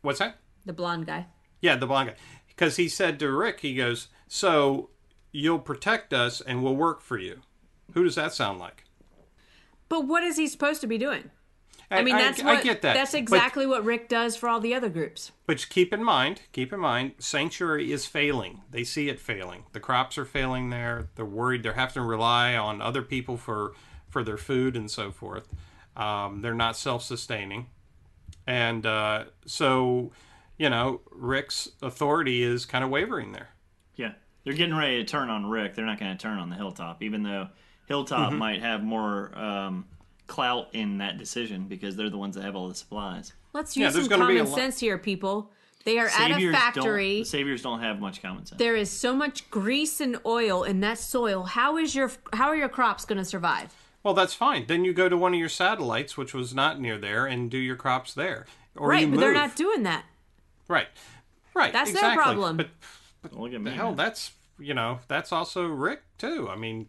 [SPEAKER 6] what's that
[SPEAKER 5] the blonde guy.
[SPEAKER 6] yeah the blonde guy because he said to Rick he goes so you'll protect us and we'll work for you. Who does that sound like?
[SPEAKER 5] But what is he supposed to be doing? I mean, that's
[SPEAKER 6] I,
[SPEAKER 5] what,
[SPEAKER 6] get that.
[SPEAKER 5] That's
[SPEAKER 6] but-
[SPEAKER 5] exactly what Rick does for all the other groups.
[SPEAKER 6] But keep in mind, keep in mind, Sanctuary is failing. They see it failing. The crops are failing there. They're worried. They're having to rely on other people for for their food and so forth. Um, they're not self sustaining, and uh, so you know Rick's authority is kind of wavering there.
[SPEAKER 7] Yeah. They're getting ready to turn on Rick. They're not going to turn on the Hilltop, even though Hilltop
[SPEAKER 6] Mm-hmm.
[SPEAKER 7] might have more um, clout in that decision because they're the ones that have all the supplies.
[SPEAKER 5] Let's
[SPEAKER 6] Yeah,
[SPEAKER 5] use
[SPEAKER 6] there's
[SPEAKER 5] some
[SPEAKER 6] gonna be a
[SPEAKER 5] common
[SPEAKER 6] lot-
[SPEAKER 5] sense here, people. They are at a
[SPEAKER 7] Saviors
[SPEAKER 5] factory.
[SPEAKER 7] Don't, the saviors don't have much common sense.
[SPEAKER 5] There is so much grease and oil in that soil. How is your how are your crops going to survive?
[SPEAKER 6] Well, that's fine. Then you go to one of your satellites, which was not near there, and do your crops there, or
[SPEAKER 5] right,
[SPEAKER 6] you
[SPEAKER 5] but
[SPEAKER 6] move.
[SPEAKER 5] they're not doing that.
[SPEAKER 6] right, right.
[SPEAKER 5] That's their
[SPEAKER 6] exactly.
[SPEAKER 5] problem.
[SPEAKER 6] But
[SPEAKER 7] Don't look at me.
[SPEAKER 6] hell,
[SPEAKER 7] man.
[SPEAKER 6] that's you know that's also Rick too. I mean.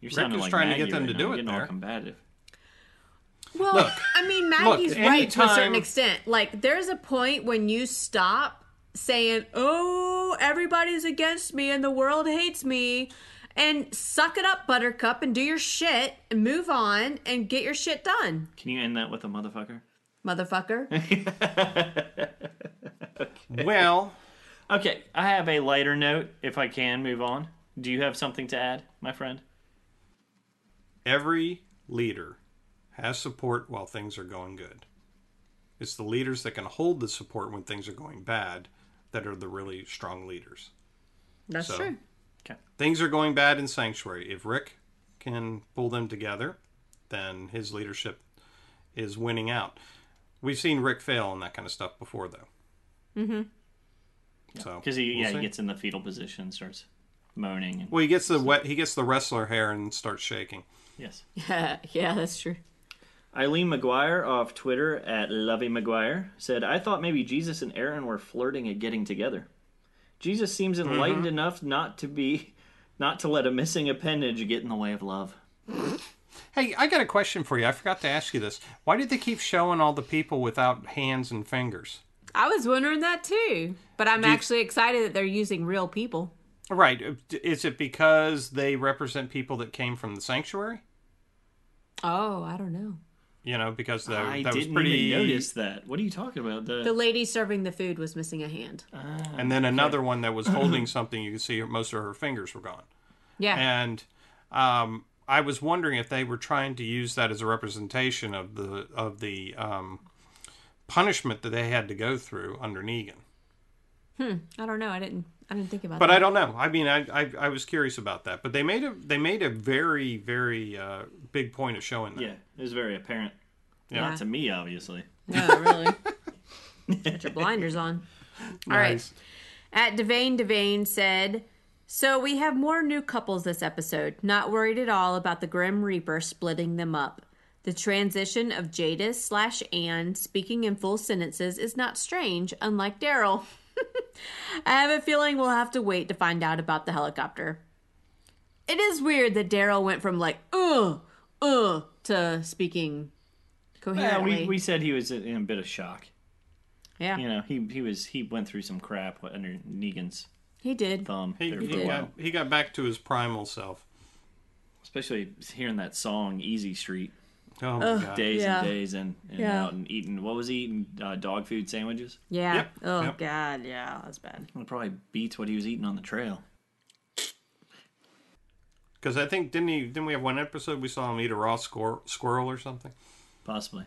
[SPEAKER 7] You're
[SPEAKER 6] Rick
[SPEAKER 7] sounding
[SPEAKER 6] was
[SPEAKER 7] like
[SPEAKER 6] trying to
[SPEAKER 7] Maggie
[SPEAKER 6] get them
[SPEAKER 7] right
[SPEAKER 6] to
[SPEAKER 7] now.
[SPEAKER 6] do
[SPEAKER 7] You're
[SPEAKER 6] it
[SPEAKER 7] getting all
[SPEAKER 6] there.
[SPEAKER 7] combative.
[SPEAKER 5] Well,
[SPEAKER 6] Look,
[SPEAKER 5] I mean, Maggie's
[SPEAKER 6] look,
[SPEAKER 5] right to a certain
[SPEAKER 6] anytime-
[SPEAKER 5] extent. Like, there's a point when you stop saying, "Oh, everybody's against me and the world hates me." And suck it up, Buttercup, and do your shit and move on and get your shit done,
[SPEAKER 7] Can you end that with a motherfucker?
[SPEAKER 5] motherfucker.
[SPEAKER 6] Well,
[SPEAKER 7] Okay, I have a lighter note if I can move on. Do you have something to add, my friend?
[SPEAKER 6] every leader has support while things are going good. It's the leaders that can hold the support when things are going bad that are the really strong leaders.
[SPEAKER 5] That's
[SPEAKER 6] So-
[SPEAKER 5] true.
[SPEAKER 6] Things are going bad in Sanctuary. If Rick can pull them together, then his leadership is winning out. We've seen Rick fail on that kind of stuff before, though. Mm-hmm. So
[SPEAKER 7] Because he,
[SPEAKER 6] we'll
[SPEAKER 7] yeah,
[SPEAKER 6] see.
[SPEAKER 7] he gets in the fetal position, starts moaning. And,
[SPEAKER 6] well, he gets the wet. He gets the wrestler hair and starts shaking.
[SPEAKER 7] yes.
[SPEAKER 5] Yeah, yeah, that's true.
[SPEAKER 7] Eileen McGuire off Twitter at Lovey McGuire said, I thought maybe Jesus and Aaron were flirting at getting together. Jesus seems
[SPEAKER 6] Mm-hmm.
[SPEAKER 7] enlightened enough not to be, not to let a missing appendage get in the way of love.
[SPEAKER 6] Hey, I got a question for you. I forgot to ask you this. Why did they keep showing all the people without hands and fingers?
[SPEAKER 5] I was wondering that too, but I'm
[SPEAKER 6] you-
[SPEAKER 5] actually excited that they're using real people.
[SPEAKER 6] Right. Uh, Is it because they represent people that came from the sanctuary?
[SPEAKER 5] Oh, I don't know.
[SPEAKER 6] You know, because that,
[SPEAKER 7] I
[SPEAKER 6] that
[SPEAKER 7] didn't
[SPEAKER 6] was pretty.
[SPEAKER 7] even notice that. What are you talking about? The,
[SPEAKER 5] The lady serving the food was missing a hand.
[SPEAKER 6] Uh, And then another one that was holding something. You could see her- most of her fingers were gone.
[SPEAKER 5] Yeah.
[SPEAKER 6] And um, I was wondering if they were trying to use that as a representation of the of the um, punishment that they had to go through under Negan.
[SPEAKER 5] I don't know. I didn't. I didn't think about
[SPEAKER 6] But
[SPEAKER 5] that.
[SPEAKER 6] I don't know. I mean, I, I I was curious about that. But they made a they made a very very uh, big point of showing that.
[SPEAKER 7] yeah, it was very apparent.
[SPEAKER 6] Yeah.
[SPEAKER 7] Not to me, obviously.
[SPEAKER 5] Yeah, really. Put your blinders on. All right. At Devane Devane said, So we have more new couples this episode, not worried at all about the Grim Reaper splitting them up. The transition of Jadis slash Anne speaking in full sentences is not strange, unlike Daryl. I have a feeling we'll have to wait to find out about the helicopter. It is weird that Daryl went from like, ugh, ugh, to speaking
[SPEAKER 7] Yeah,
[SPEAKER 5] coherently.
[SPEAKER 7] we, we said he was in a bit of shock.
[SPEAKER 5] yeah,
[SPEAKER 7] You know, he he was he went through some crap under Negan's
[SPEAKER 5] he did.
[SPEAKER 7] thumb
[SPEAKER 6] He,
[SPEAKER 7] there
[SPEAKER 6] he
[SPEAKER 7] for a while.
[SPEAKER 6] got, he got back to his primal self.
[SPEAKER 7] Especially hearing that song "Easy Street."
[SPEAKER 6] Oh my god.
[SPEAKER 7] days
[SPEAKER 5] Yeah.
[SPEAKER 7] and days in and
[SPEAKER 5] Yeah.
[SPEAKER 7] out and eating what was he eating uh, dog food sandwiches
[SPEAKER 5] Yeah.
[SPEAKER 6] Yep.
[SPEAKER 5] Oh
[SPEAKER 6] Yep.
[SPEAKER 5] God. Yeah, that's bad.
[SPEAKER 7] it probably beats what he was eating on the trail
[SPEAKER 6] Because I think didn't he? Didn't we have one episode we saw him eat a raw squir- squirrel or something?
[SPEAKER 7] possibly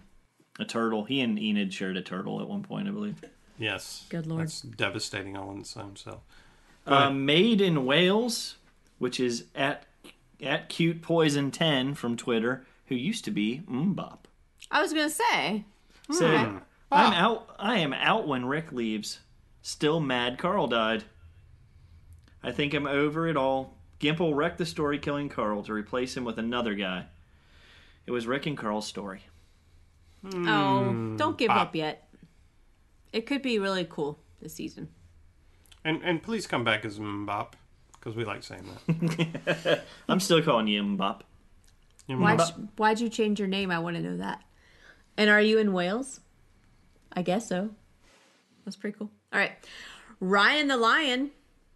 [SPEAKER 7] a turtle he and enid shared a turtle at one point i believe
[SPEAKER 6] Yes.
[SPEAKER 5] Good lord.
[SPEAKER 6] That's devastating all in its own self.
[SPEAKER 7] uh, made in wales which is at at cute poison 10 from twitter who used to be mbop
[SPEAKER 5] I was gonna say.
[SPEAKER 7] said i'm out i am out when rick leaves still mad carl died i think i'm over it all gimple wrecked the story killing carl to replace him with another guy it was rick and carl's story
[SPEAKER 5] oh, don't give up yet. It could be really cool this season.
[SPEAKER 6] And and please come back as Mbop because we like saying that.
[SPEAKER 7] I'm still calling you Mbop.
[SPEAKER 5] Why'd you, why'd you change your name? I want to know that. And are you in Wales? I guess so. That's pretty cool. All right, Ryan the Lion.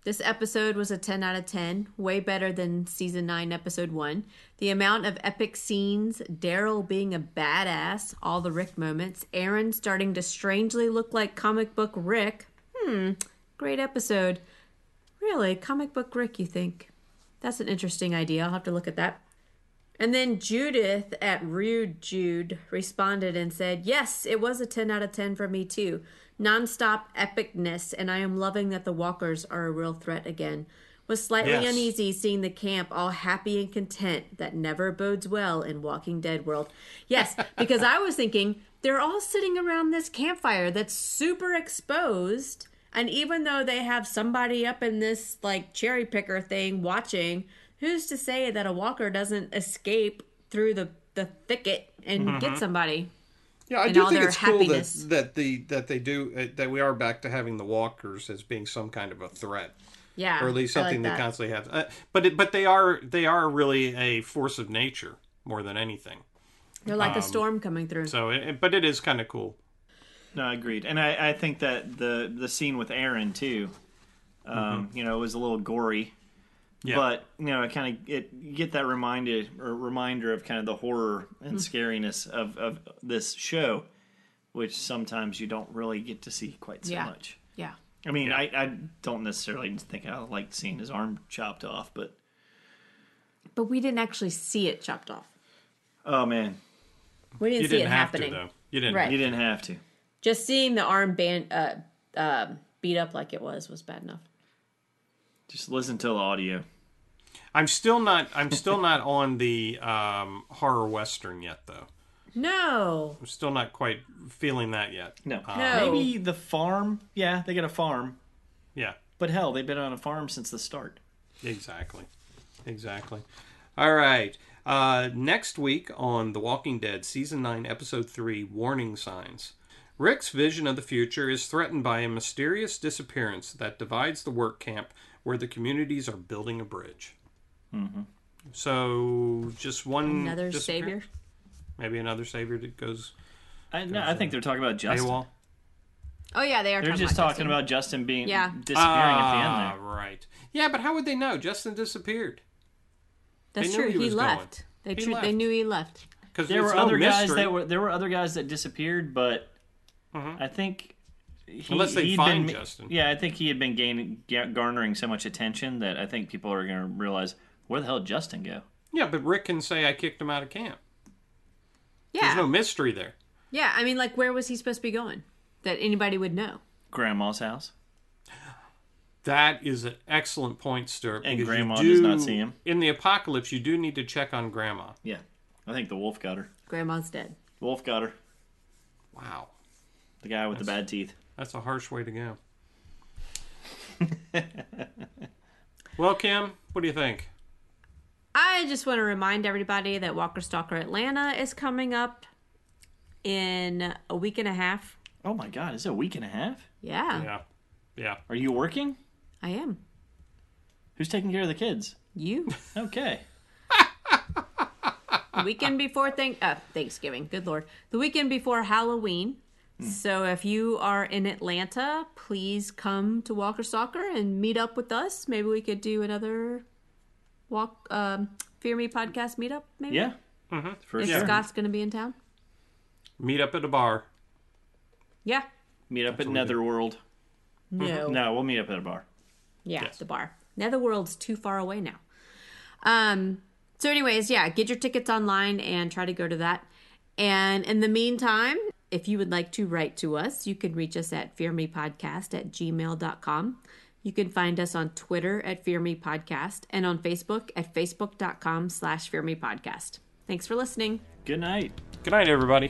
[SPEAKER 5] This episode was a 10 out of 10, way better than season 9, episode 1. The amount of epic scenes, Daryl being a badass, all the Rick moments, Aaron starting to strangely look like comic book Rick. Hmm, great episode. Really, comic book Rick, you think? That's an interesting idea. I'll have to look at that. And then Judith at Rude Jude responded and said, Yes, it was a 10 out of 10 for me too. Nonstop epicness, and I am loving that the walkers are a real threat again. Was slightly
[SPEAKER 6] Yes.
[SPEAKER 5] uneasy seeing the camp all happy and content. That never bodes well in Walking Dead world. Yes, because I was thinking they're all sitting around this campfire that's super exposed. And even though they have somebody up in this like cherry picker thing watching, who's to say that a walker doesn't escape through the, the thicket and
[SPEAKER 6] Mm-hmm.
[SPEAKER 5] get somebody?
[SPEAKER 6] Yeah, I
[SPEAKER 5] and
[SPEAKER 6] do
[SPEAKER 5] all
[SPEAKER 6] think
[SPEAKER 5] their
[SPEAKER 6] it's
[SPEAKER 5] happiness.
[SPEAKER 6] cool that, that the that they do uh, that we are back to having the walkers as being some kind of a threat,
[SPEAKER 5] Yeah.
[SPEAKER 6] or at least
[SPEAKER 5] I like
[SPEAKER 6] something that.
[SPEAKER 5] that.
[SPEAKER 6] constantly happens. Uh, but it, but they are they are really a force of nature more than anything. Um,
[SPEAKER 5] They're like a storm coming through.
[SPEAKER 6] So, it, it- but it is kind of cool.
[SPEAKER 7] No, I agreed, and I, I think that the the scene with Aaron too, um, you know, was a little gory,
[SPEAKER 6] Yeah.
[SPEAKER 7] but you know, it kind of it you get that reminded or reminder of kind of the horror and scariness of of this show, which sometimes you don't really get to see quite so
[SPEAKER 5] Yeah.
[SPEAKER 7] much.
[SPEAKER 5] Yeah.
[SPEAKER 7] I mean, I, I don't necessarily think I liked seeing his arm chopped off, but
[SPEAKER 5] But we didn't actually see it chopped off.
[SPEAKER 7] oh man,
[SPEAKER 5] We didn't
[SPEAKER 6] you
[SPEAKER 5] see
[SPEAKER 6] didn't
[SPEAKER 5] it
[SPEAKER 6] have
[SPEAKER 5] happening.
[SPEAKER 6] to though. You didn't.
[SPEAKER 5] Right.
[SPEAKER 7] you didn't have to.
[SPEAKER 5] Just seeing the arm band uh, um beat up like it was was bad enough.
[SPEAKER 7] Just listen to the audio.
[SPEAKER 6] I'm still not. I'm still not on the um, horror western yet, though.
[SPEAKER 5] No.
[SPEAKER 6] I'm still not quite feeling that yet.
[SPEAKER 7] No,
[SPEAKER 5] No.
[SPEAKER 7] maybe the farm. Yeah, they got a farm,
[SPEAKER 6] Yeah.
[SPEAKER 7] but hell, they've been on a farm since the start.
[SPEAKER 6] Exactly. Exactly. All right. Uh, next week on The Walking Dead, Season 9, Episode 3 Warning Signs. Rick's vision of the future is threatened by a mysterious disappearance that divides the work camp where the communities are building a bridge. Mm-hmm. So, just one.
[SPEAKER 5] Another
[SPEAKER 6] disappear-
[SPEAKER 5] savior.
[SPEAKER 6] Maybe another savior that goes
[SPEAKER 7] I, no, I think they're talking about Justin.
[SPEAKER 6] AWOL.
[SPEAKER 5] Oh yeah, they are.
[SPEAKER 7] They're
[SPEAKER 5] talking
[SPEAKER 7] just
[SPEAKER 5] about
[SPEAKER 7] talking
[SPEAKER 5] Justin.
[SPEAKER 7] about Justin being
[SPEAKER 5] Yeah.
[SPEAKER 7] disappearing at the
[SPEAKER 6] Ah,
[SPEAKER 7] end
[SPEAKER 6] right. Yeah, but how would they know? Justin disappeared.
[SPEAKER 5] That's
[SPEAKER 6] They knew
[SPEAKER 5] true.
[SPEAKER 6] he
[SPEAKER 5] He,
[SPEAKER 6] was going.
[SPEAKER 5] left. They
[SPEAKER 6] He
[SPEAKER 5] tru- they
[SPEAKER 6] left.
[SPEAKER 5] knew he left.
[SPEAKER 6] Because
[SPEAKER 7] there. There were other guys that were there were other guys that disappeared, but I think he,
[SPEAKER 6] Mm-hmm. Unless they
[SPEAKER 7] he'd
[SPEAKER 6] find
[SPEAKER 7] been,
[SPEAKER 6] Justin.
[SPEAKER 7] Yeah, I think he had been gaining ga- garnering so much attention that I think people are going to realize where the hell did Justin go?
[SPEAKER 6] Yeah, but Rick can say I kicked him out of camp.
[SPEAKER 5] Yeah.
[SPEAKER 6] There's no mystery there.
[SPEAKER 5] yeah. I mean, like, where was he supposed to be going? That anybody would know.
[SPEAKER 7] Grandma's house.
[SPEAKER 6] That is an excellent point, Stuart.
[SPEAKER 7] And
[SPEAKER 6] because you
[SPEAKER 7] Grandma
[SPEAKER 6] do-
[SPEAKER 7] does not see him.
[SPEAKER 6] In the apocalypse, you do need to check on Grandma.
[SPEAKER 7] Yeah, I think the wolf got her.
[SPEAKER 5] Grandma's dead.
[SPEAKER 7] The wolf got her.
[SPEAKER 6] Wow.
[SPEAKER 7] The guy with the bad teeth.
[SPEAKER 6] That's a harsh way to go. well, Kim, what do you think?
[SPEAKER 5] I just want to remind everybody that Walker Stalker Atlanta is coming up in a week and a half.
[SPEAKER 7] Oh my God! Is it a week and a half?
[SPEAKER 5] Yeah,
[SPEAKER 6] Yeah. Yeah.
[SPEAKER 7] Are you working?
[SPEAKER 5] I am.
[SPEAKER 7] Who's taking care of the kids?
[SPEAKER 5] You.
[SPEAKER 7] Okay.
[SPEAKER 5] The weekend before thank- uh, Thanksgiving. Good Lord. The weekend before Halloween. So if you are in Atlanta, please come to Walker Stalker and meet up with us. Maybe we could do another walk um, Fear Me podcast meetup. Maybe
[SPEAKER 7] Yeah.
[SPEAKER 6] Mm-hmm.
[SPEAKER 7] For
[SPEAKER 5] if
[SPEAKER 7] sure.
[SPEAKER 5] Scott's going to be in town.
[SPEAKER 6] Meet up at a bar.
[SPEAKER 5] Yeah.
[SPEAKER 7] Meet up at Netherworld.
[SPEAKER 5] No.
[SPEAKER 7] No, we'll meet up at a bar.
[SPEAKER 5] Yeah, the bar. Netherworld's too far away now. Um so anyways, yeah, get your tickets online and try to go to that. And in the meantime, if you would like to write to us, you can reach us at fearmepodcast at gmail.com. You can find us on Twitter at fearmepodcast and on Facebook at facebook.com slash fearmepodcast. Thanks for listening.
[SPEAKER 7] Good night.
[SPEAKER 6] Good night, everybody.